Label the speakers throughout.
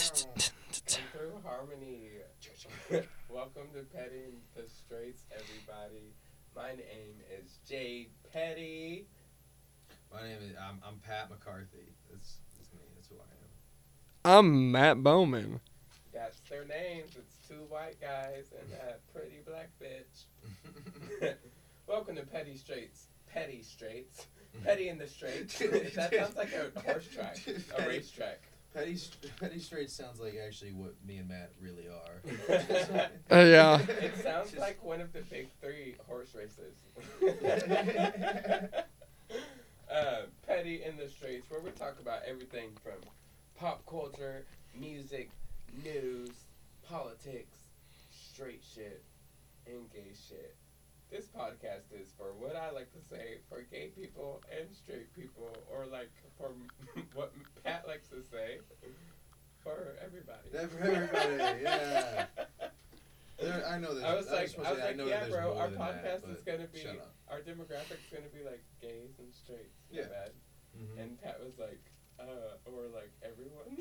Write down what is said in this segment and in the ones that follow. Speaker 1: Through harmony. Welcome to Petting the Straits, everybody. My name is Jade Petty.
Speaker 2: My name is I'm, I'm Pat McCarthy. That's, that's me. That's who I am.
Speaker 1: I'm Matt Bowman. That's their names. It's two white guys and a pretty black bitch. Welcome to Petty Straits. Petty Straits. Petty in the Straits. that sounds like a horse track, a race track.
Speaker 2: Petty St- Petty Straight sounds like actually what me and Matt really are.
Speaker 1: Uh, yeah. It
Speaker 2: It
Speaker 1: sounds like one of the big three horse races. uh, Petty in the Streets, where we talk about everything from pop culture, music, news, politics, straight shit, and gay shit. This podcast is for what I like to say for gay people and straight people, or like for what Pat likes to say for everybody.
Speaker 2: Yeah, for everybody, yeah. There- I know that.
Speaker 1: I was like,
Speaker 2: just
Speaker 1: I
Speaker 2: supposed
Speaker 1: was
Speaker 2: to say,
Speaker 1: like,
Speaker 2: know
Speaker 1: yeah,
Speaker 2: there's
Speaker 1: bro,
Speaker 2: more
Speaker 1: our
Speaker 2: than that,
Speaker 1: podcast
Speaker 2: but
Speaker 1: is gonna be,
Speaker 2: Shut up.
Speaker 1: our demographic's gonna be like gays and straights.
Speaker 2: Yeah.
Speaker 1: Bad.
Speaker 2: Mhm.
Speaker 1: And Pat was like, uh, or like everyone.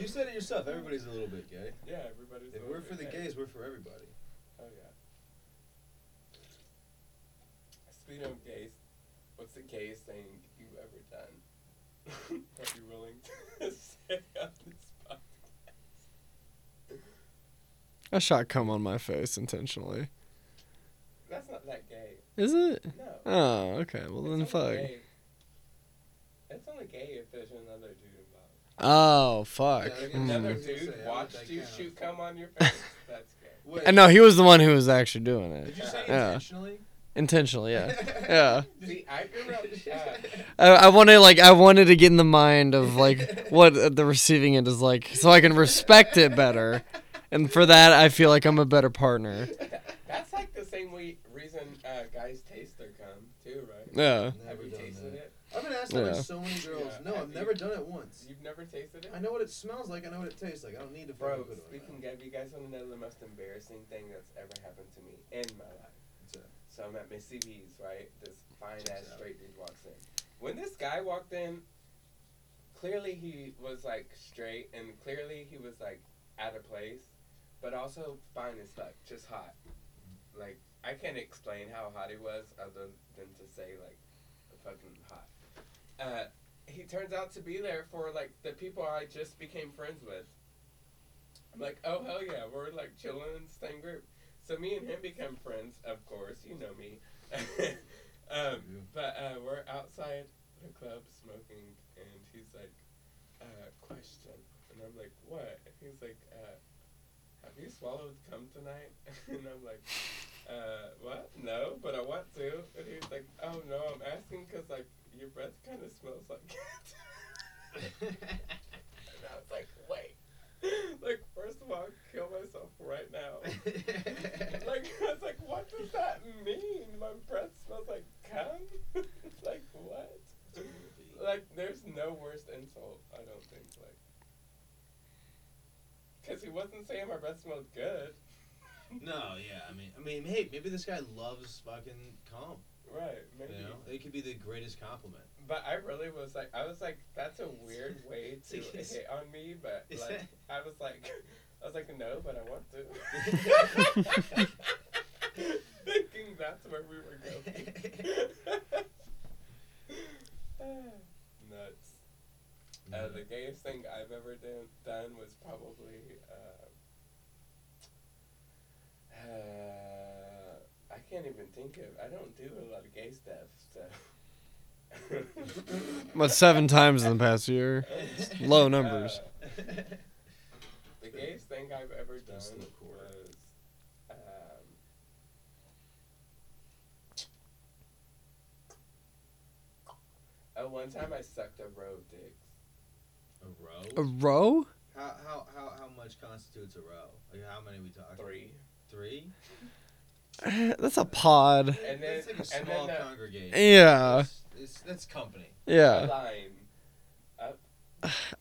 Speaker 2: You said it yourself. Everybody's a little bit gay.
Speaker 1: yeah, everybody's.
Speaker 2: If
Speaker 1: a
Speaker 2: we're
Speaker 1: little
Speaker 2: for the
Speaker 1: bit
Speaker 2: gays, we're for everybody.
Speaker 1: Oh yeah. Speaking of gays, what's the gayest thing you've ever done? Are you willing to say on this podcast?
Speaker 3: I shot cum on my face intentionally.
Speaker 1: That's not that gay.
Speaker 3: Is it?
Speaker 1: No.
Speaker 3: Oh, okay. Well
Speaker 1: It's
Speaker 3: then,
Speaker 1: only
Speaker 3: fuck.
Speaker 1: gay- It's only gay if there's another dude involved.
Speaker 3: Oh, fuck.
Speaker 2: Yeah, I guess
Speaker 1: Another
Speaker 2: I
Speaker 3: Mm.
Speaker 2: was gonna say, I
Speaker 1: dude
Speaker 2: don't
Speaker 1: watched
Speaker 2: think
Speaker 1: you
Speaker 2: that
Speaker 1: shoot
Speaker 2: counts.
Speaker 1: cum on your face. That's gay.
Speaker 2: Wait,
Speaker 3: And no, he was the one who was actually doing
Speaker 2: did
Speaker 3: it
Speaker 2: you say
Speaker 3: Yeah.
Speaker 2: intentionally?
Speaker 3: intentionally. Yeah, yeah.
Speaker 1: See, I grew up. Uh,
Speaker 3: I, I wanted like I wanted to get in the mind of like what uh, the receiving end is like, so I can respect it better. And for that, I feel like I'm a better partner.
Speaker 1: that's like the same way, reason uh, guys taste their cum too, right?
Speaker 3: Yeah.
Speaker 2: Never
Speaker 1: Have you
Speaker 2: done
Speaker 1: tasted
Speaker 2: that.
Speaker 1: it?
Speaker 2: I've been asked that by
Speaker 3: Yeah.
Speaker 2: so many girls.
Speaker 1: Yeah,
Speaker 2: No,
Speaker 1: I
Speaker 2: I've
Speaker 1: do.
Speaker 2: never done it once.
Speaker 1: You've never tasted it?
Speaker 2: I know what it smells like. I know what it tastes like. I don't need to fucking
Speaker 1: Bro,
Speaker 2: put it on.
Speaker 1: speaking of, you guys want to know the most embarrassing thing that's ever happened to me in my life?
Speaker 2: What's that?
Speaker 1: So I'm at Missy B's, right? This fine
Speaker 2: Check
Speaker 1: ass
Speaker 2: it out.
Speaker 1: straight dude walks in. When this guy walked in, clearly he was like straight and clearly he was like out of place, but also fine as fuck, just hot. Like, I can't explain how hot he was other than to say, like, fucking hot. Uh, he turns out to be there for like the people I just became friends with. I'm like, oh hell yeah, we're like chilling in the same group. So me and him become friends, of course. You know me. um,
Speaker 2: Yeah.
Speaker 1: but uh, we're outside the club smoking, and he's like, uh, question, and I'm like, what? And he's like, uh, have you swallowed cum tonight? and I'm like, uh, what? No, but I want to. And he's like, oh no, I'm asking because like your breath kind of smells like it. and I was like, wait. Like, first of all, I'd kill myself right now. Like, I was like, what does that mean? My breath smells like cum? like, what? Like, there's no worse insult, I don't think. Like, because he wasn't saying my breath smelled good.
Speaker 2: no, yeah. I mean, I mean, hey, maybe this guy loves fucking cum.
Speaker 1: Right, maybe.
Speaker 2: You know, it could be the greatest compliment.
Speaker 1: But I really was like, I was like, that's a weird way to hit on me, but like, I was like, I was like, no, but I want to. Thinking that's where we were going. Nuts. Uh,
Speaker 2: Mm-hmm.
Speaker 1: the gayest thing I've ever done, done was probably. Uh, uh, I can't even think of. I don't do a lot of gay stuff, so.
Speaker 3: What seven times in the past year? Low numbers.
Speaker 1: Uh, the gayest thing I've ever done
Speaker 2: Just the core.
Speaker 1: was um, oh, one time I sucked a road dick.
Speaker 2: a row?
Speaker 3: A row?
Speaker 2: how, how how how much constitutes a row? Like how many we talking?
Speaker 1: Three.
Speaker 2: Three.
Speaker 3: Eh, That's a pod.
Speaker 1: And
Speaker 2: that's
Speaker 1: then-
Speaker 2: like a
Speaker 1: and then
Speaker 2: small
Speaker 1: the-
Speaker 2: congregation.
Speaker 3: Yeah. Uh.
Speaker 2: It's, it's, that's company.
Speaker 3: Yeah.
Speaker 1: line up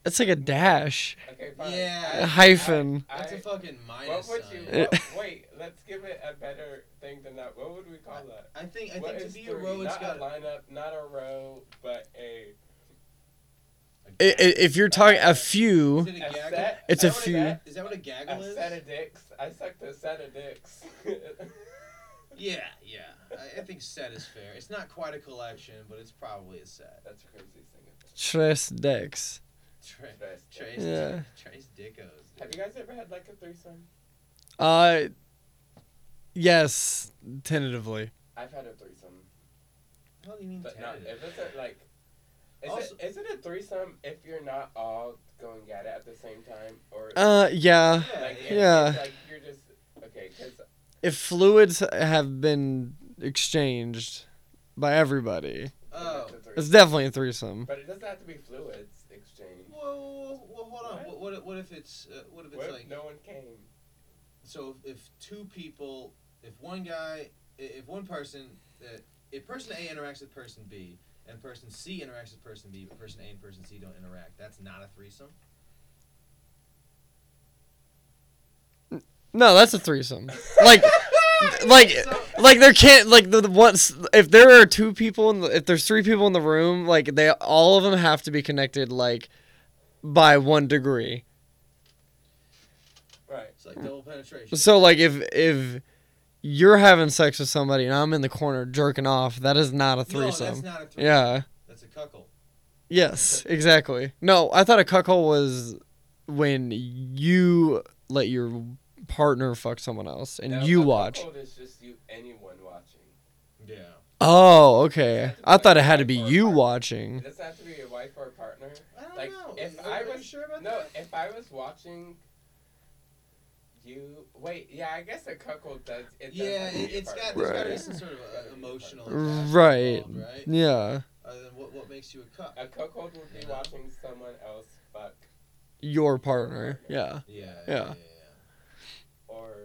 Speaker 3: It's like a dash,
Speaker 1: Okay, fine.
Speaker 2: Yeah.
Speaker 3: a
Speaker 2: I-
Speaker 3: hyphen.
Speaker 1: I-
Speaker 2: That's a fucking minus
Speaker 1: what would
Speaker 2: sign.
Speaker 1: you? What, wait, let's give it a better thing than that. What would we call that?
Speaker 2: I think I
Speaker 1: What
Speaker 2: think to
Speaker 1: is
Speaker 2: be a
Speaker 1: three?
Speaker 2: row, it's
Speaker 1: not
Speaker 2: got
Speaker 1: a lineup, not a row, but a.
Speaker 3: I- I- if you're talking a few,
Speaker 2: Is it a
Speaker 1: A
Speaker 2: gaggle?
Speaker 1: set?
Speaker 3: It's a
Speaker 2: Is that what
Speaker 3: few.
Speaker 2: ga- Is that what a gaggle
Speaker 1: A
Speaker 2: is?
Speaker 1: set of dicks. I sucked a set of dicks.
Speaker 2: Yeah, yeah. I, I think set is fair. It's not quite a collection, but it's probably a set.
Speaker 1: That's the craziest thing. I've
Speaker 3: tres decks.
Speaker 2: Tra-
Speaker 1: ever tried.
Speaker 2: Trace,
Speaker 3: Yeah.
Speaker 2: Trace Dickos.
Speaker 1: Have you guys ever had like a threesome?
Speaker 3: Uh, yes, tentatively.
Speaker 1: I've had a threesome,
Speaker 2: How do you mean
Speaker 1: but not
Speaker 2: tentative?
Speaker 1: if it's a, like. Is,
Speaker 2: Also-
Speaker 1: it, is it a threesome if you're not all going at it at the same time, or
Speaker 3: Uh, yeah.
Speaker 1: like,
Speaker 2: Yeah,
Speaker 1: if it's,
Speaker 3: yeah.
Speaker 1: like you're just okay? Because
Speaker 3: If fluids have been exchanged by everybody,
Speaker 2: Oh.
Speaker 3: it's definitely a threesome.
Speaker 1: But it doesn't have to be fluids exchange.
Speaker 2: Whoa, whoa, whoa, whoa, hold on. What?
Speaker 1: What?
Speaker 2: What, if- what if it's uh, what if it's
Speaker 1: What if
Speaker 2: like
Speaker 1: no one came?
Speaker 2: so if, if two people, if one guy, i- if one person, uh, if person A interacts with person B, and person C interacts with person B, but person A and person C don't interact, that's not a threesome.
Speaker 3: No, that's a threesome. Like, like, like there can't like the, the once if there are two people in the, if there's three people in the room, like they all of them have to be connected like by one degree.
Speaker 1: Right.
Speaker 2: It's like double penetration.
Speaker 3: So like if if you're having sex with somebody and I'm in the corner jerking off, that is not a threesome.
Speaker 2: No, that's not a threesome.
Speaker 3: yeah.
Speaker 2: That's a cuckold.
Speaker 3: Yes, exactly. No, I thought a cuckold was when you let your partner fuck someone else and
Speaker 1: Now,
Speaker 3: you
Speaker 1: a
Speaker 3: watch.
Speaker 1: cuckold is just you, anyone watching.
Speaker 2: Yeah.
Speaker 3: Oh, okay. I thought it had to be
Speaker 1: Or a
Speaker 3: you
Speaker 1: partner. It
Speaker 3: watching.
Speaker 1: doesn't have to be a wife or a partner.
Speaker 2: I don't
Speaker 1: Like,
Speaker 2: know.
Speaker 1: if
Speaker 2: Are-
Speaker 1: I
Speaker 2: are you
Speaker 1: was-
Speaker 2: sure about
Speaker 1: No,
Speaker 2: that?
Speaker 1: if I was watching you, wait, yeah, I guess a cuckold does. It does
Speaker 2: yeah,
Speaker 1: have to
Speaker 2: it,
Speaker 1: be a
Speaker 2: it's got,
Speaker 1: partner.
Speaker 2: there's got to be
Speaker 3: Right.
Speaker 2: some sort of uh, emotional attachment
Speaker 3: Right.
Speaker 2: involved, right?
Speaker 3: Yeah.
Speaker 2: Other than what, what makes you a cuck?
Speaker 1: A cuckold would be
Speaker 2: Yeah.
Speaker 1: watching someone else fuck,
Speaker 3: Your partner. Yeah.
Speaker 2: Yeah.
Speaker 3: Yeah.
Speaker 2: Yeah.
Speaker 1: or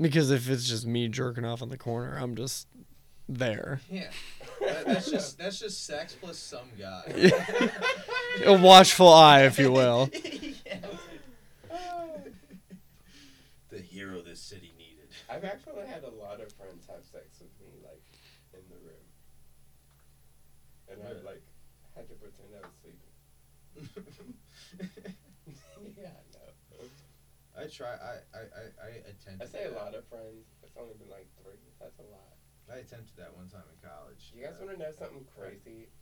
Speaker 3: Because if it's just me jerking off in the corner, I'm just there.
Speaker 2: yeah. yeah. That- that's just that's just sex plus some guy.
Speaker 3: A watchful eye, if you will.
Speaker 2: Yeah. Oh. The hero this city needed.
Speaker 1: I've actually had a lot of friends have sex with me, like in the room, and I've
Speaker 2: Really?
Speaker 1: like had to pretend I was sleeping. yeah, I know.
Speaker 2: I try. I I I, I attempted.
Speaker 1: I say a
Speaker 2: that.
Speaker 1: lot of friends. It's only been like three. That's a lot.
Speaker 2: I attempted that one time in college.
Speaker 1: You guys
Speaker 2: Uh,
Speaker 1: want to know something crazy?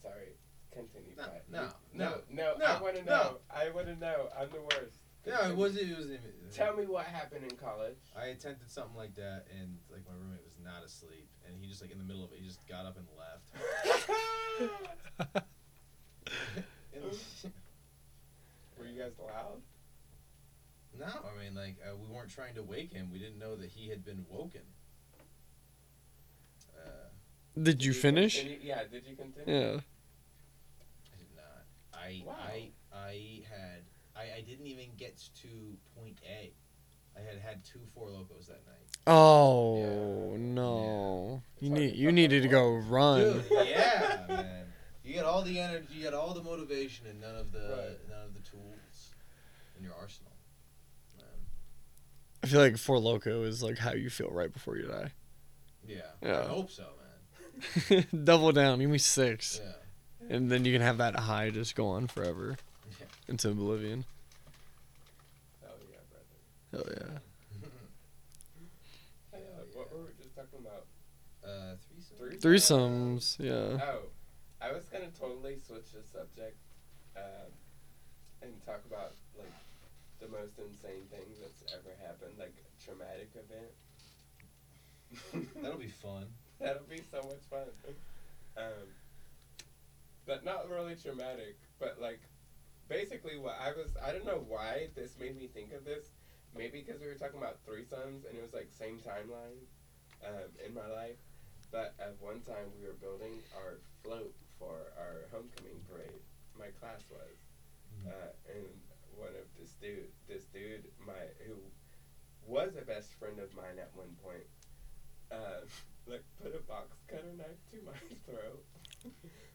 Speaker 1: Sorry, continue.
Speaker 2: No,
Speaker 1: Pat.
Speaker 2: no,
Speaker 1: no, no,
Speaker 2: no,
Speaker 1: I want to
Speaker 2: no.
Speaker 1: know. I want to know. I'm the worst.
Speaker 2: No, it
Speaker 1: Continue.
Speaker 2: wasn't. It wasn't. Even,
Speaker 1: Tell me what happened in college.
Speaker 2: I attempted something like that, and like my roommate was not asleep, and he just like in the middle of it, he just got up and left. It was-
Speaker 1: Were you guys loud?
Speaker 2: no, I mean like uh, we weren't trying to wake him. We didn't know that he had been woken. Uh,
Speaker 3: Did you finish?
Speaker 1: continue- Yeah. Did you continue?
Speaker 3: Yeah.
Speaker 2: I did not. I
Speaker 1: Wow.
Speaker 2: I I had I, I didn't even get to point A. I had had two four locos that night.
Speaker 3: Oh no. You need you needed to go run.
Speaker 2: Dude, yeah, man. You got all the energy, you got all the motivation, and none of the
Speaker 1: Right.
Speaker 2: none of the tools in your arsenal. Man.
Speaker 3: I feel like Four Loco is like how you feel right before you die.
Speaker 2: Yeah.
Speaker 3: Yeah.
Speaker 2: I hope so, man.
Speaker 3: Double down, give me six.
Speaker 2: Yeah.
Speaker 3: And then you can have that high just go on forever
Speaker 2: Yeah.
Speaker 3: into oblivion.
Speaker 1: Oh yeah,
Speaker 3: Hell
Speaker 1: brother.
Speaker 3: yeah.
Speaker 1: Uh, What were we just talking about?
Speaker 2: uh, threesome.
Speaker 1: Three.
Speaker 3: Threesomes, yeah.
Speaker 1: Oh, I was gonna totally switch the subject, um, and talk about like the most insane thing that's ever happened, like a traumatic event.
Speaker 2: That'll be fun.
Speaker 1: That'll be so much fun. Um, but not really traumatic, but like basically what I was I don't know why this made me think of this. Maybe because we were talking about threesomes and it was like same timeline um, in my life. But at one time we were building our float for our homecoming parade. My class was, uh, and one of this dude, this dude, my who was a best friend of mine at one point, um, uh, like put a box cutter knife to my throat.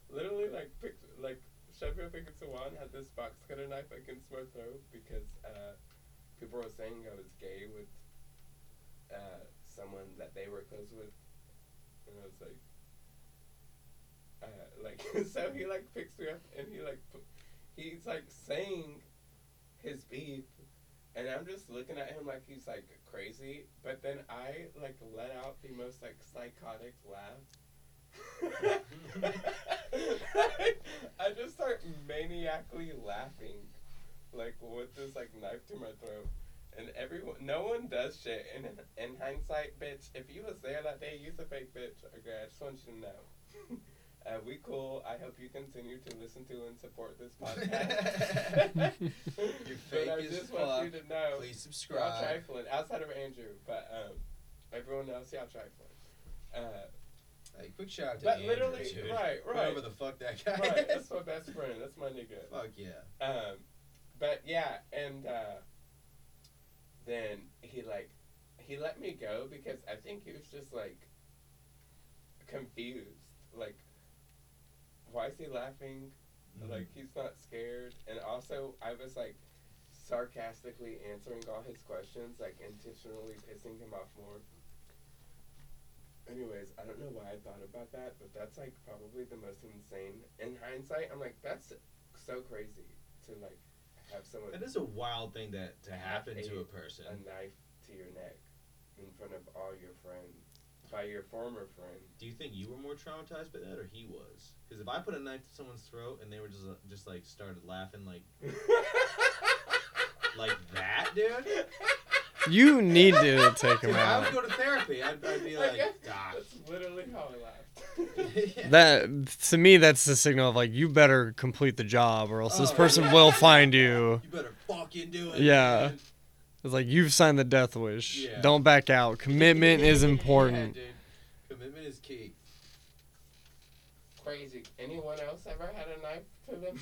Speaker 1: Literally, like picked, like Sheffield Pickett Swan had this box cutter knife against my throat because uh, people were saying I was gay with uh, someone that they were close with, and I was like, uh, like so he like picks me up and he like pu- he's like saying his beef, and I'm just looking at him like he's like crazy, but then I like let out the most like psychotic laugh. I just start maniacally laughing, like with this like knife to my throat, and everyone, no one does shit. And in hindsight, bitch, if you was there that day, you's a fake bitch. Okay, I just want you to know. Uh, we cool. I hope you continue to listen to and support this podcast.
Speaker 2: You
Speaker 1: but
Speaker 2: fake
Speaker 1: I
Speaker 2: as
Speaker 1: just want you
Speaker 2: fuck.
Speaker 1: to know.
Speaker 2: Please
Speaker 1: Y'all
Speaker 2: subscribe.
Speaker 1: trifling outside of Andrew, but um, everyone else, y'all trifling. Uh,
Speaker 2: Hey, quick shout out to
Speaker 1: but
Speaker 2: Andrew,
Speaker 1: literally,
Speaker 2: dude.
Speaker 1: right, right,
Speaker 2: Whatever the fuck that guy.
Speaker 1: right.
Speaker 2: is.
Speaker 1: That's my best friend. That's my nigga.
Speaker 2: fuck yeah.
Speaker 1: Um, but yeah, and uh, then he like he let me go because I think he was just like confused. Like, why is he laughing?
Speaker 2: Mm-hmm.
Speaker 1: Like he's not scared. And also, I was like sarcastically answering all his questions, like intentionally pissing him off more. Anyways, I don't know why I thought about that, but that's like probably the most insane. In hindsight, I'm like, that's so crazy to like have someone
Speaker 2: That is a wild thing that to happen to a
Speaker 1: Eight.
Speaker 2: person.
Speaker 1: a knife to your neck in front of all your friends by your former friend.
Speaker 2: Do you think you were more traumatized by that, or he was? Because if I put a knife to someone's throat and they were just uh, just like started laughing like like that, dude,
Speaker 3: You need to take him
Speaker 2: dude, I would
Speaker 3: out.
Speaker 2: go to therapy. I'd, I'd be
Speaker 1: I
Speaker 2: like,
Speaker 1: guess
Speaker 2: doc.
Speaker 1: That's literally how I laughed.
Speaker 3: That to me, that's the signal of like you better complete the job, or else this
Speaker 2: Oh.
Speaker 3: person will find you.
Speaker 2: you better fucking do it.
Speaker 3: Yeah.
Speaker 2: dude.
Speaker 3: It's like you've signed the death wish.
Speaker 2: Yeah.
Speaker 3: Don't back out. Commitment is
Speaker 2: Yeah,
Speaker 3: important.
Speaker 2: dude. Commitment is key.
Speaker 1: Crazy. Anyone else ever had a knife to them?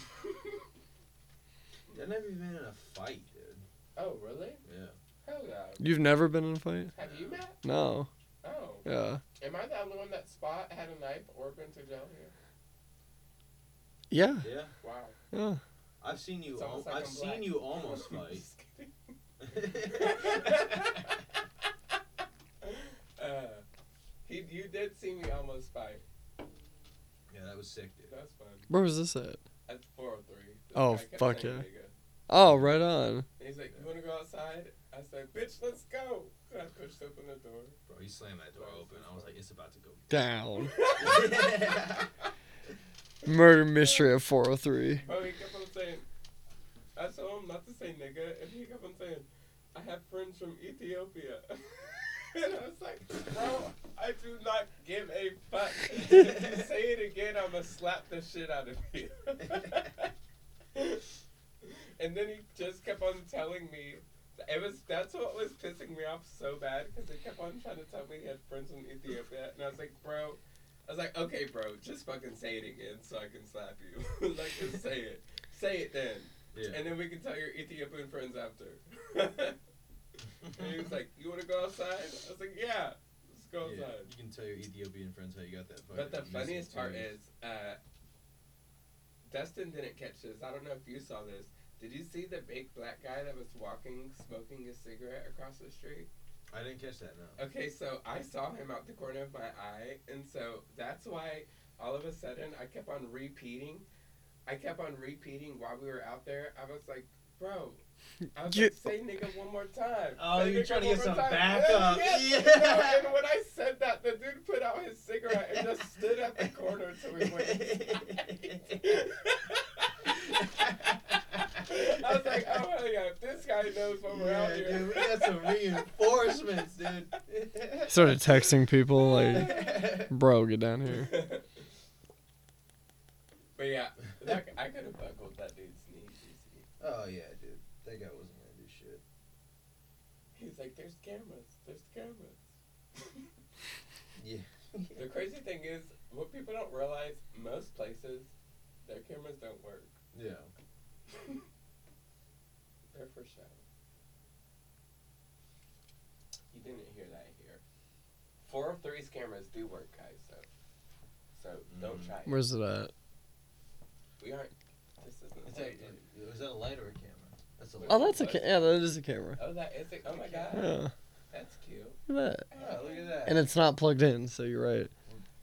Speaker 2: I've never even been in a fight, dude.
Speaker 1: oh, really?
Speaker 2: Yeah.
Speaker 1: Hell no.
Speaker 3: You've never been in a fight?
Speaker 1: Have you met?
Speaker 3: No.
Speaker 1: Oh.
Speaker 3: Yeah.
Speaker 1: Am I the only one that spot had a knife or been to jail here?
Speaker 3: Yeah.
Speaker 2: Yeah.
Speaker 1: Wow.
Speaker 3: Yeah.
Speaker 2: I've seen you.
Speaker 1: It's
Speaker 2: Al-
Speaker 1: almost like
Speaker 2: I've
Speaker 1: I'm
Speaker 2: seen
Speaker 1: black.
Speaker 2: you almost
Speaker 1: I'm
Speaker 2: fight.
Speaker 1: just kidding. uh, he, you did see me almost fight.
Speaker 2: yeah, that was sick, dude.
Speaker 1: That's fun.
Speaker 3: Where was this at?
Speaker 1: That's 403. This
Speaker 3: Oh,
Speaker 1: guy kept
Speaker 3: fuck
Speaker 1: saying
Speaker 3: yeah.
Speaker 1: nigga.
Speaker 3: Oh, right on.
Speaker 1: And he's like, you want to go outside? I said, bitch, let's go. And I pushed open the door.
Speaker 2: Bro, he slammed that door open. I was like, it's about to go.
Speaker 3: Down. Murder mystery at 403.
Speaker 1: Oh, he kept on saying, I told him not to say nigga, and he kept on saying, I have friends from Ethiopia. and I was like, bro, I do not give a fuck. if you say it again, I'm going to slap the shit out of you. and then he just kept on telling me. It was that's what was pissing me off so bad because he kept on trying to tell me he had friends from Ethiopia, and I was like, bro, I was like, okay, bro, just fucking say it again so I can slap you. like, just say it. Say it then.
Speaker 2: Yeah.
Speaker 1: And then we can tell your Ethiopian friends after. and he was like, you want to go outside? I was like, yeah, let's go
Speaker 2: Yeah,
Speaker 1: outside.
Speaker 2: you can tell your Ethiopian friends how you got that.
Speaker 1: But the
Speaker 2: fucking
Speaker 1: funniest
Speaker 2: missing
Speaker 1: part
Speaker 2: tooth.
Speaker 1: is, uh, Dustin didn't catch this. I don't know if you saw this. Did you see the big black guy that was walking, smoking a cigarette across the street?
Speaker 2: I didn't catch that. No.
Speaker 1: Okay, so I saw him out the corner of my eye, and so that's why all of a sudden I kept on repeating. I kept on repeating while we were out there. I was like, bro. I was
Speaker 3: You-
Speaker 1: like, say nigga one more time.
Speaker 2: Oh,
Speaker 1: Say
Speaker 2: you're
Speaker 1: nigga
Speaker 2: trying to
Speaker 1: one
Speaker 2: get
Speaker 1: more
Speaker 2: some
Speaker 1: time."
Speaker 2: backup.
Speaker 1: Yes,
Speaker 2: Yeah.
Speaker 1: yes. No, and when I said that, the dude put out his cigarette and just stood at the corner until we went. inside. I was like, oh, hell yeah. If this guy knows when we're out
Speaker 2: yeah,
Speaker 1: here.
Speaker 2: dude, we got some reinforcements, dude.
Speaker 3: Started texting people like, bro, get down here.
Speaker 1: but yeah, that, I could have buckled that dude's knees. easy.
Speaker 2: oh yeah, dude. That guy wasn't gonna do shit.
Speaker 1: He's like, there's cameras, there's cameras.
Speaker 2: Yeah.
Speaker 1: the crazy thing is, what people don't realize, most places, their cameras don't work.
Speaker 2: Yeah.
Speaker 1: They're for show. You didn't hear that here. Four of three's cameras do work, guys. So, so don't
Speaker 2: Mhm.
Speaker 1: try it.
Speaker 3: Where's it at?
Speaker 1: We aren't. This isn't.
Speaker 2: It's like, it- was that a light or a camera? That's a light.
Speaker 3: Oh, that's a ca- yeah, that is a camera.
Speaker 1: oh, that is. A, oh my god.
Speaker 3: Yeah,
Speaker 1: That's cute.
Speaker 3: look at that.
Speaker 2: Yeah, Oh, look at that.
Speaker 3: And it's not plugged in, so you're right.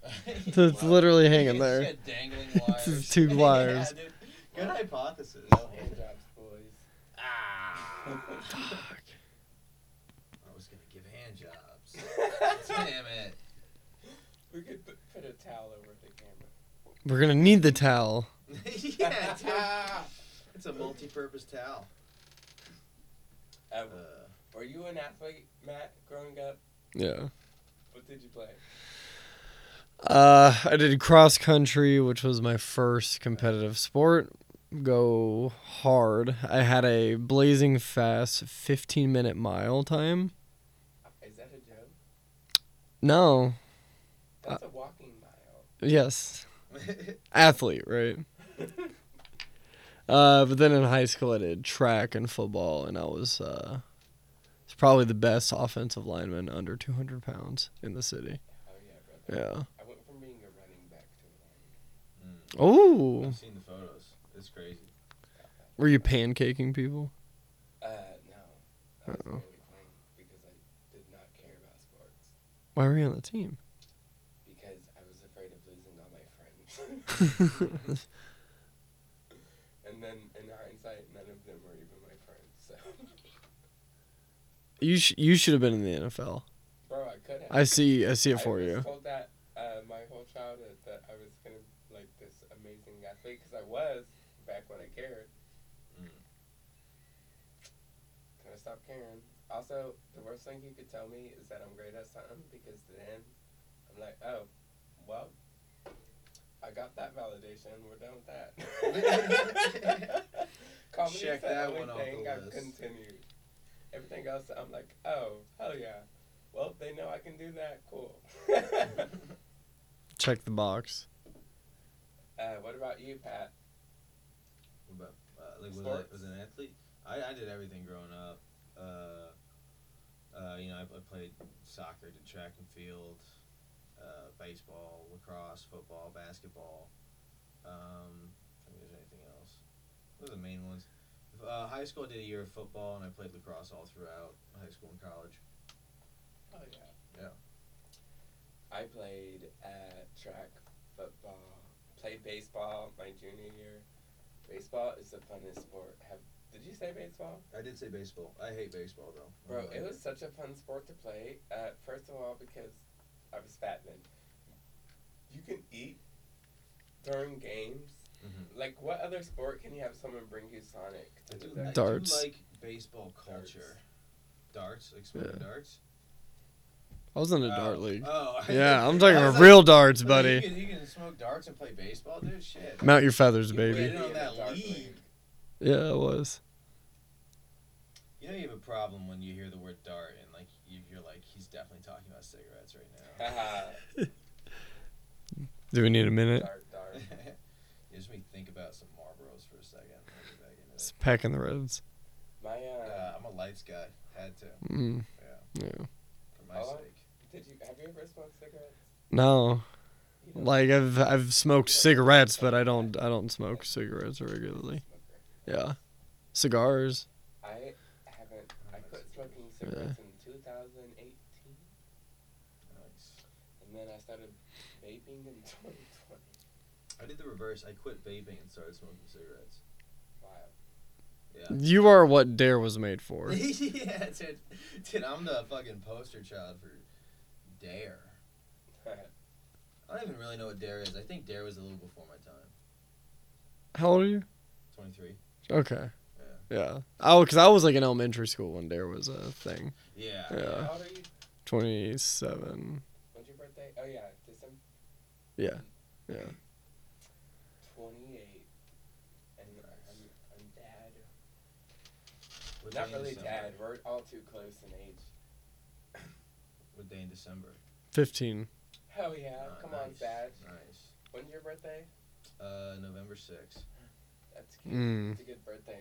Speaker 2: it's,
Speaker 3: So it's literally hanging there.
Speaker 2: It's got dangling
Speaker 3: It's
Speaker 2: wires.
Speaker 3: just two wires.
Speaker 2: yeah, dude. Good hypothesis.
Speaker 1: Handjobs, boys.
Speaker 2: Oh, Ah.
Speaker 3: Fuck.
Speaker 2: I was gonna give hand jobs. Damn it.
Speaker 1: We could put, put a towel over the camera.
Speaker 3: We're gonna need the towel.
Speaker 2: yeah, dude. It's a multi-purpose towel.
Speaker 1: Um,
Speaker 2: Uh,
Speaker 1: were you an athlete, Matt, growing up?
Speaker 3: Yeah.
Speaker 1: What did you play?
Speaker 3: Uh, I did cross country, which was my first competitive sport. Go hard. I had a blazing fast 15 minute mile time.
Speaker 1: Is that a joke?
Speaker 3: No.
Speaker 1: That's a walking mile.
Speaker 3: Yes.
Speaker 2: Mm,
Speaker 3: Athlete, right?
Speaker 1: Oh,
Speaker 3: Uh, but then in high school, I did track and football, and I was uh, it's probably the best offensive lineman under 200 pounds in the city.
Speaker 1: Oh yeah, brother.
Speaker 3: Yeah.
Speaker 1: I went from being a running back to a lineman.
Speaker 3: Oh,
Speaker 2: I've seen the photos. It's crazy.
Speaker 3: were you pancaking people?
Speaker 1: Uh, no. I was
Speaker 3: Uh-oh.
Speaker 1: really playing because I did not care about sports.
Speaker 3: Why were you on the team?
Speaker 1: Because I was afraid of losing all my friends. and then, in hindsight, none of them were even my friends. So,
Speaker 3: you sh- you should have been in the NFL.
Speaker 1: bro, I could have.
Speaker 3: I see I see it for
Speaker 1: I was
Speaker 3: you.
Speaker 1: told that uh, my whole childhood that I was gonna be like this amazing athlete because I was back when I cared.
Speaker 2: Mm.
Speaker 1: Can I stop caring? Also, the worst thing you could tell me is that I'm great at something because then I'm like, oh, well, I got that validation. We're done with that. Comedy
Speaker 2: Check
Speaker 1: is the
Speaker 2: that
Speaker 1: only
Speaker 2: one off the
Speaker 1: thing I've
Speaker 2: list.
Speaker 1: continued. Everything else, I'm like, oh, hell yeah. Well, they know I can do that. Cool. uh,
Speaker 3: Check the box.
Speaker 1: what about you, Pat?
Speaker 2: What about uh, like was I,
Speaker 1: Sports?
Speaker 2: was an athlete? I, I did everything growing up. Uh, uh, you know, I, I played soccer, did track and field, uh, baseball, lacrosse, football, basketball. Um, I think there's anything else. Those are the main ones. Uh, high school, I did a year of football, and I played lacrosse all throughout high school and college.
Speaker 1: Oh, yeah.
Speaker 2: Yeah.
Speaker 1: I played uh, track, football, played baseball my junior year. Baseball is the funnest sport. Have Did you say baseball?
Speaker 2: I did say baseball. I hate baseball though. I
Speaker 1: Bro,
Speaker 2: don't
Speaker 1: it
Speaker 2: like
Speaker 1: was such a fun sport to play. Uh, first of all, because I was fat then. You can eat during games.
Speaker 2: Mhm.
Speaker 1: Like, what other sport can you have someone bring you Sonic?
Speaker 2: I
Speaker 1: to do
Speaker 2: do,
Speaker 1: that?
Speaker 2: I do
Speaker 3: Darts.
Speaker 2: like baseball culture. Darts, like smoking
Speaker 3: Yeah.
Speaker 2: darts.
Speaker 3: I was in a
Speaker 2: Oh.
Speaker 3: dart league.
Speaker 2: Oh, I-
Speaker 3: Yeah, I'm
Speaker 2: I
Speaker 3: talking
Speaker 2: was
Speaker 3: about
Speaker 2: like,
Speaker 3: real darts,
Speaker 2: "So
Speaker 3: buddy.
Speaker 2: You can, you can smoke darts and play baseball, dude. Shit.
Speaker 3: Mount your feathers,
Speaker 1: You
Speaker 3: baby.
Speaker 1: wouldn't
Speaker 2: Yeah, on
Speaker 1: be in a
Speaker 2: that
Speaker 1: dark
Speaker 2: league.
Speaker 1: league.
Speaker 3: Yeah, I was.
Speaker 2: You know you have a problem when you hear the word dart and like you, you're like he's definitely talking about cigarettes right
Speaker 1: Haha,
Speaker 3: Do we need a minute?
Speaker 1: dark, dark.
Speaker 2: now. you just made me think about some Marlboros for a second. I'll get back into
Speaker 3: It's
Speaker 2: it.
Speaker 3: packing the reds.
Speaker 1: My, uh,
Speaker 2: Uh, I'm a lights guy. Had to
Speaker 3: Mm.
Speaker 2: Yeah.
Speaker 3: Yeah.
Speaker 2: for my
Speaker 1: Oh.
Speaker 2: sake.
Speaker 1: did you have you ever smoked cigarettes?
Speaker 3: No.
Speaker 1: You don't
Speaker 3: Like I've I've smoked cigarettes, but I don't I don't smoke cigarettes regularly.
Speaker 1: smoke cigarettes.
Speaker 3: Yeah, cigars.
Speaker 1: I haven't. I quit smoking cigarettes in 2018,
Speaker 2: Nice.
Speaker 1: and then I started vaping in 2020.
Speaker 2: I did the reverse. I quit vaping and started smoking cigarettes.
Speaker 1: Wow.
Speaker 2: Yeah.
Speaker 3: You are what Dare was made for.
Speaker 2: yeah, dude. Dude, I'm the fucking poster child for Dare. I don't even really know what Dare is. I think Dare was a little before my time.
Speaker 3: How old are you?
Speaker 2: 23.
Speaker 3: Okay. Yeah. Oh, because I was like in elementary school when Dare was a thing.
Speaker 2: Yeah.
Speaker 3: Yeah.
Speaker 1: How old are you?
Speaker 3: Twenty seven.
Speaker 1: When's your birthday? Oh yeah, December Mm.
Speaker 3: Yeah. Yeah.
Speaker 1: 28, and I'm, I'm dad.
Speaker 2: What
Speaker 1: Not
Speaker 2: day in
Speaker 1: really
Speaker 2: December?
Speaker 1: dad. We're all too close in age.
Speaker 2: What day in December?
Speaker 3: Fifteen.
Speaker 1: Hell yeah!
Speaker 2: Ah,
Speaker 1: Come on,
Speaker 2: nice,
Speaker 1: Dad.
Speaker 2: Nice.
Speaker 1: When's your birthday?
Speaker 2: Uh, November 6th.
Speaker 1: That's cute.
Speaker 3: Mm.
Speaker 1: It's a good birthday.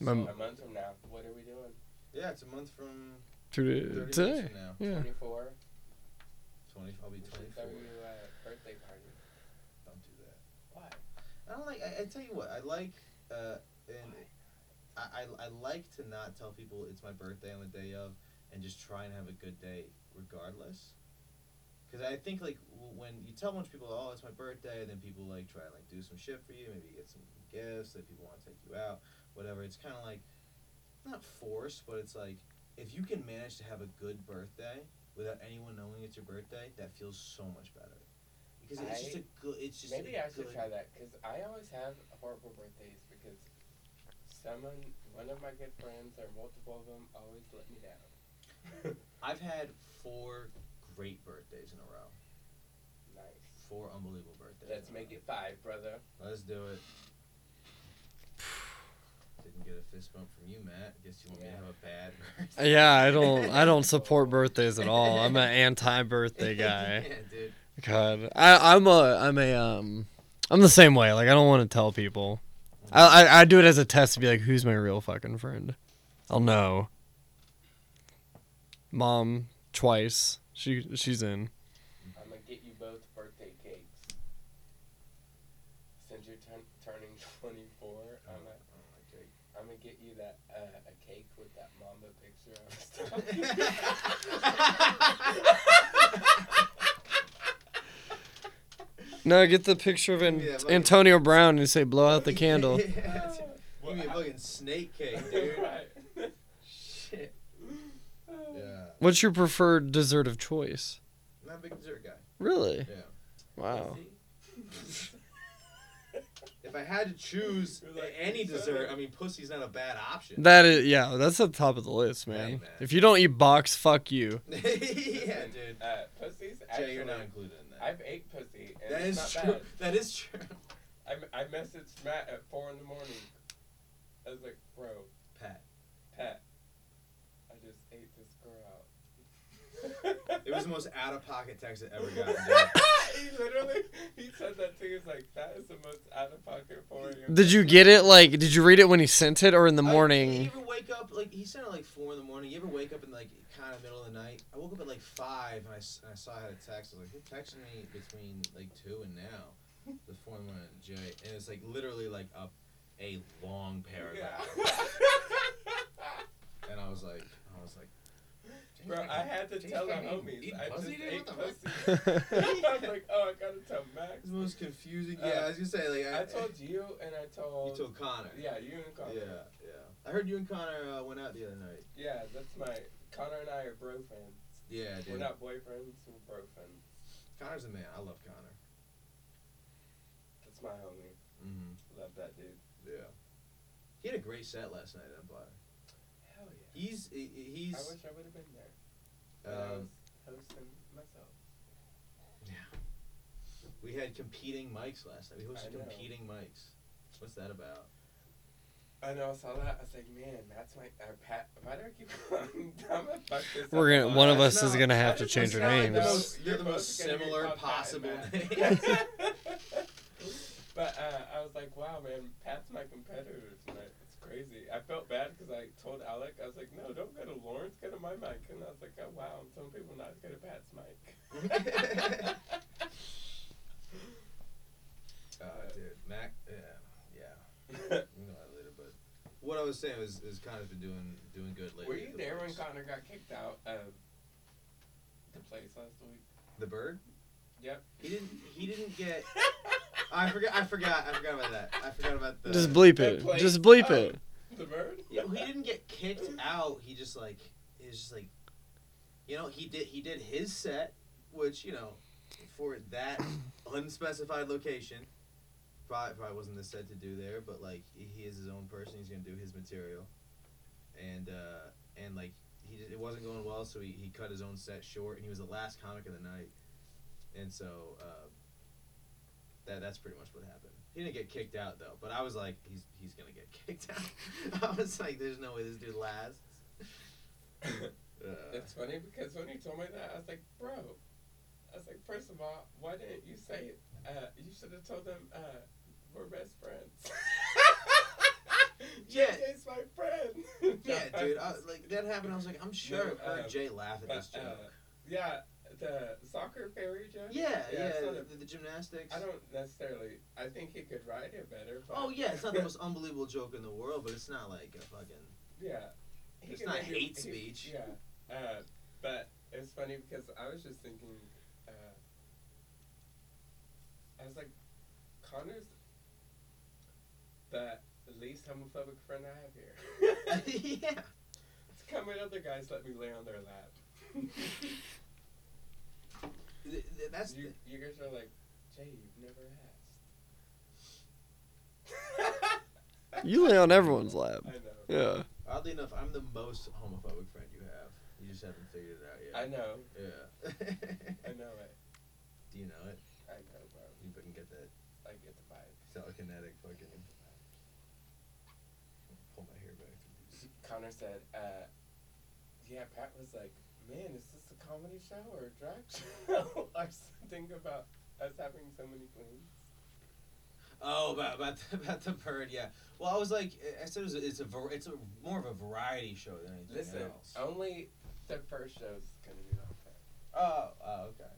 Speaker 3: My
Speaker 1: A
Speaker 3: m-
Speaker 1: month from now, what are we doing?
Speaker 2: Yeah, it's a month from
Speaker 3: two
Speaker 2: 30 days
Speaker 3: today.
Speaker 2: from now.
Speaker 3: Yeah.
Speaker 1: 24.
Speaker 2: 20, I'll be
Speaker 1: We should
Speaker 2: 24.
Speaker 1: throw you a birthday party.
Speaker 2: Don't do that.
Speaker 1: Why?
Speaker 2: I I don't like. I, I tell you what, I like, uh, and I, I, I like to not tell people it's my birthday on the day of, and just try and have a good day regardless. Because I think like w- when you tell a bunch of people, oh, it's my birthday, and then people like try and like do some shit for you, maybe you get some gifts that people want to take you out, whatever. It's kind of like not forced, but it's like if you can manage to have a good birthday without anyone knowing it's your birthday, that feels so much better. Because it's just
Speaker 1: I-
Speaker 2: a good. It's just
Speaker 1: Maybe
Speaker 2: I
Speaker 1: I should try that because I always have horrible birthdays because someone, one of my good friends or multiple of them, always let me down.
Speaker 2: I've had four great birthdays in a row.
Speaker 1: nice.
Speaker 2: Four unbelievable birthdays.
Speaker 1: Let's
Speaker 2: in a row.
Speaker 1: make it five, brother.
Speaker 2: Let's do it. Didn't get a fist bump from you, Matt. Guess you want me to
Speaker 1: Yeah.
Speaker 2: have a bad birthday.
Speaker 3: Yeah, I don't I don't support birthdays at all. I'm an anti-birthday guy.
Speaker 2: yeah, dude.
Speaker 3: God, I I'm a I'm a um I'm the same way. Like I don't want to tell people. I, I I do it as a test to be like, who's my real fucking friend? I'll know. Mom twice. She she's in.
Speaker 1: I'm gonna get you both birthday cakes. Since you're turn turning 24,
Speaker 2: Oh,
Speaker 1: I'm gonna,
Speaker 2: oh,
Speaker 1: I'm gonna get you that uh, a cake with that mamba picture on
Speaker 2: my
Speaker 1: it.
Speaker 3: No, get the picture of an,
Speaker 2: Yeah, like-
Speaker 3: Antonio Brown and say, blow out the
Speaker 2: Yeah,
Speaker 3: candle.
Speaker 2: dude. Give me a fucking snake cake, dude.
Speaker 1: Right.
Speaker 2: Shit. Yeah.
Speaker 3: What's your preferred dessert of choice?
Speaker 2: Not a big dessert guy.
Speaker 3: Really?
Speaker 2: Yeah.
Speaker 3: Wow.
Speaker 2: If I had to choose
Speaker 1: You're like,
Speaker 2: any
Speaker 1: "Pussy."
Speaker 2: dessert, I mean, pussy's not a bad option.
Speaker 3: That is yeah, that's at the top of the list,
Speaker 2: Hey,
Speaker 3: man.
Speaker 2: man.
Speaker 3: If you don't eat box, fuck you.
Speaker 2: yeah,
Speaker 1: Listen,
Speaker 2: dude.
Speaker 1: Uh, pussy's actually.
Speaker 2: Jay, you're not included in that.
Speaker 1: I've ate pussy, and
Speaker 2: that
Speaker 1: it's
Speaker 2: is
Speaker 1: not
Speaker 2: true.
Speaker 1: bad.
Speaker 2: That is true.
Speaker 1: I, I messaged Matt at four in the morning. I was like, bro,
Speaker 2: Pat,
Speaker 1: Pat, I just ate this girl out.
Speaker 2: it was the most out of pocket text I ever got.
Speaker 1: he literally he said that to you. He's like, that is the most out of pocket for you.
Speaker 3: Did you get it? Like, did you read it when he sent it, or in the
Speaker 2: you
Speaker 3: morning?
Speaker 2: ever wake up like he sent it like four in the morning? You ever wake up in like kind of middle of the night? I woke up at like five and I, s- and I saw I had a text. I was like, who texted me between like two and now? The four in the morning, Jay, and it's like literally like up a long
Speaker 1: Yeah.
Speaker 2: paragraph, and I was like, I was like, Jay's
Speaker 1: Bro,
Speaker 2: fucking-
Speaker 1: I had to
Speaker 2: Jay's
Speaker 1: tell the
Speaker 2: fucking
Speaker 1: homies.
Speaker 2: eat
Speaker 1: I just
Speaker 2: pussy, dude? What
Speaker 1: ate
Speaker 2: the fuck?
Speaker 1: pussy. I was like, oh, I gotta tell Max.
Speaker 2: It's the most confusing.
Speaker 1: Uh,
Speaker 2: yeah, I was gonna say like I,
Speaker 1: I told you and I told.
Speaker 2: you told Connor.
Speaker 1: Yeah, you and Connor.
Speaker 2: yeah, yeah. I heard you and Connor uh, went out the other night.
Speaker 1: Yeah, that's my. Connor and I are bro friends.
Speaker 2: Yeah,
Speaker 1: We're
Speaker 2: dude.
Speaker 1: not boyfriends, we're bro friends.
Speaker 2: Connor's a man. I love Connor.
Speaker 1: That's my homie.
Speaker 2: Mm-hmm.
Speaker 1: Love that dude.
Speaker 2: Yeah. He had a great set last night at Empire.
Speaker 1: Hell yeah.
Speaker 2: He's he-
Speaker 1: I
Speaker 2: he's
Speaker 1: wish I would have been there. But I was
Speaker 2: um,
Speaker 1: hosting myself.
Speaker 2: we had competing mics last night. We
Speaker 1: I
Speaker 2: hosted
Speaker 1: know.
Speaker 2: competing mics. What's that about?
Speaker 1: I know, I saw that. I was like, man, Matt's my. Uh, Pat, why do I keep. I'm gonna fuck this
Speaker 3: We're
Speaker 1: up.
Speaker 3: gonna. One of
Speaker 1: Uh,
Speaker 3: us is gonna have to
Speaker 2: It's
Speaker 3: change
Speaker 2: not
Speaker 3: our
Speaker 2: like the
Speaker 3: names.
Speaker 2: most-
Speaker 1: No,
Speaker 2: they're
Speaker 1: you're
Speaker 2: the most
Speaker 1: both gonna
Speaker 2: similar
Speaker 1: get caught by
Speaker 2: possible
Speaker 1: it,
Speaker 2: names.
Speaker 1: Matt. but uh, I was like, wow, man, Pat's my competitor tonight. It's crazy. I felt bad because I told Alec, I was like, no, don't go to Lawrence, go to my mic. And I was like, oh, wow, I'm telling people not to go to Pat's mic.
Speaker 2: Uh, dude, Mac. Yeah, yeah. You know that later, but what I was saying was is Connor's been doing doing good lately.
Speaker 1: Were
Speaker 2: at
Speaker 1: you
Speaker 2: the
Speaker 1: there when
Speaker 2: place.
Speaker 1: Connor got kicked out of the place last week?
Speaker 2: the bird?
Speaker 1: Yep.
Speaker 2: He didn't. He didn't get. I forgot. I forgot. I forgot about that. I forgot about the.
Speaker 3: Just bleep
Speaker 1: that
Speaker 3: it.
Speaker 1: place-
Speaker 3: Just bleep
Speaker 1: oh.
Speaker 3: it.
Speaker 1: The bird?
Speaker 2: Yeah, well, he didn't get kicked out. He just like it was just like, you know, he did he did his set, which you know, for that unspecified location, probably probably wasn't the set to do there. But like he he is his own person. He's gonna do his material, and uh and like he did, it wasn't going well, so he, he cut his own set short, and he was the last comic of the night, and so. Uh, that, that's pretty much what happened. He didn't get kicked out though, but I was like, he's he's gonna get kicked out. I was like, there's no way this dude lasts. Uh,
Speaker 1: It's funny because when he told me that, I was like, bro. I was like, first of all, why didn't you say it? Uh, you should have told them uh, we're best friends.
Speaker 2: Yeah.
Speaker 1: JJ's my friend.
Speaker 2: yeah, dude. I, like that happened. I was like, I'm sure
Speaker 1: No,
Speaker 2: I've heard
Speaker 1: uh,
Speaker 2: Jay laugh at this
Speaker 1: But,
Speaker 2: joke.
Speaker 1: uh, yeah, the soccer fairy joke?
Speaker 2: Yeah, yeah,
Speaker 1: it's not a-
Speaker 2: the, the gymnastics.
Speaker 1: I don't necessarily. I think he could ride it better. But
Speaker 2: Oh yeah, it's not the most unbelievable joke in the world, but it's not like a fucking.
Speaker 1: yeah.
Speaker 2: It's
Speaker 1: could
Speaker 2: not
Speaker 1: maybe-
Speaker 2: hate
Speaker 1: he-
Speaker 2: speech.
Speaker 1: Yeah. Uh, but it's funny because I was just thinking. Uh, I was like, Connor's the least homophobic friend I have here.
Speaker 2: yeah.
Speaker 1: it's come when other guys let me lay on their lap.
Speaker 2: Th- th- That's
Speaker 1: you,
Speaker 2: the-
Speaker 1: you guys are like, Jay, you've never asked.
Speaker 3: You lay on everyone's lap.
Speaker 1: I know.
Speaker 3: Yeah.
Speaker 2: oddly enough, I'm the most homophobic friend you have. You just haven't figured it
Speaker 1: I
Speaker 2: out yet.
Speaker 1: know. I
Speaker 2: yeah.
Speaker 1: know it.
Speaker 2: Do you know it?
Speaker 1: I know, bro.
Speaker 2: You fucking get that
Speaker 1: I get the vibe.
Speaker 2: telekinetic fucking. Pull my hair back.
Speaker 1: Connor said, uh, yeah, Pat was like, man, is this a comedy show or a drag show? or something about us having so many queens.
Speaker 2: Oh, about about the, about the bird, yeah. Well, I was like, I- I said it was a, it's a var- it's a more of a variety show than anything
Speaker 1: Listen,
Speaker 2: else.
Speaker 1: only the first show's gonna be like that.
Speaker 2: oh, oh, okay.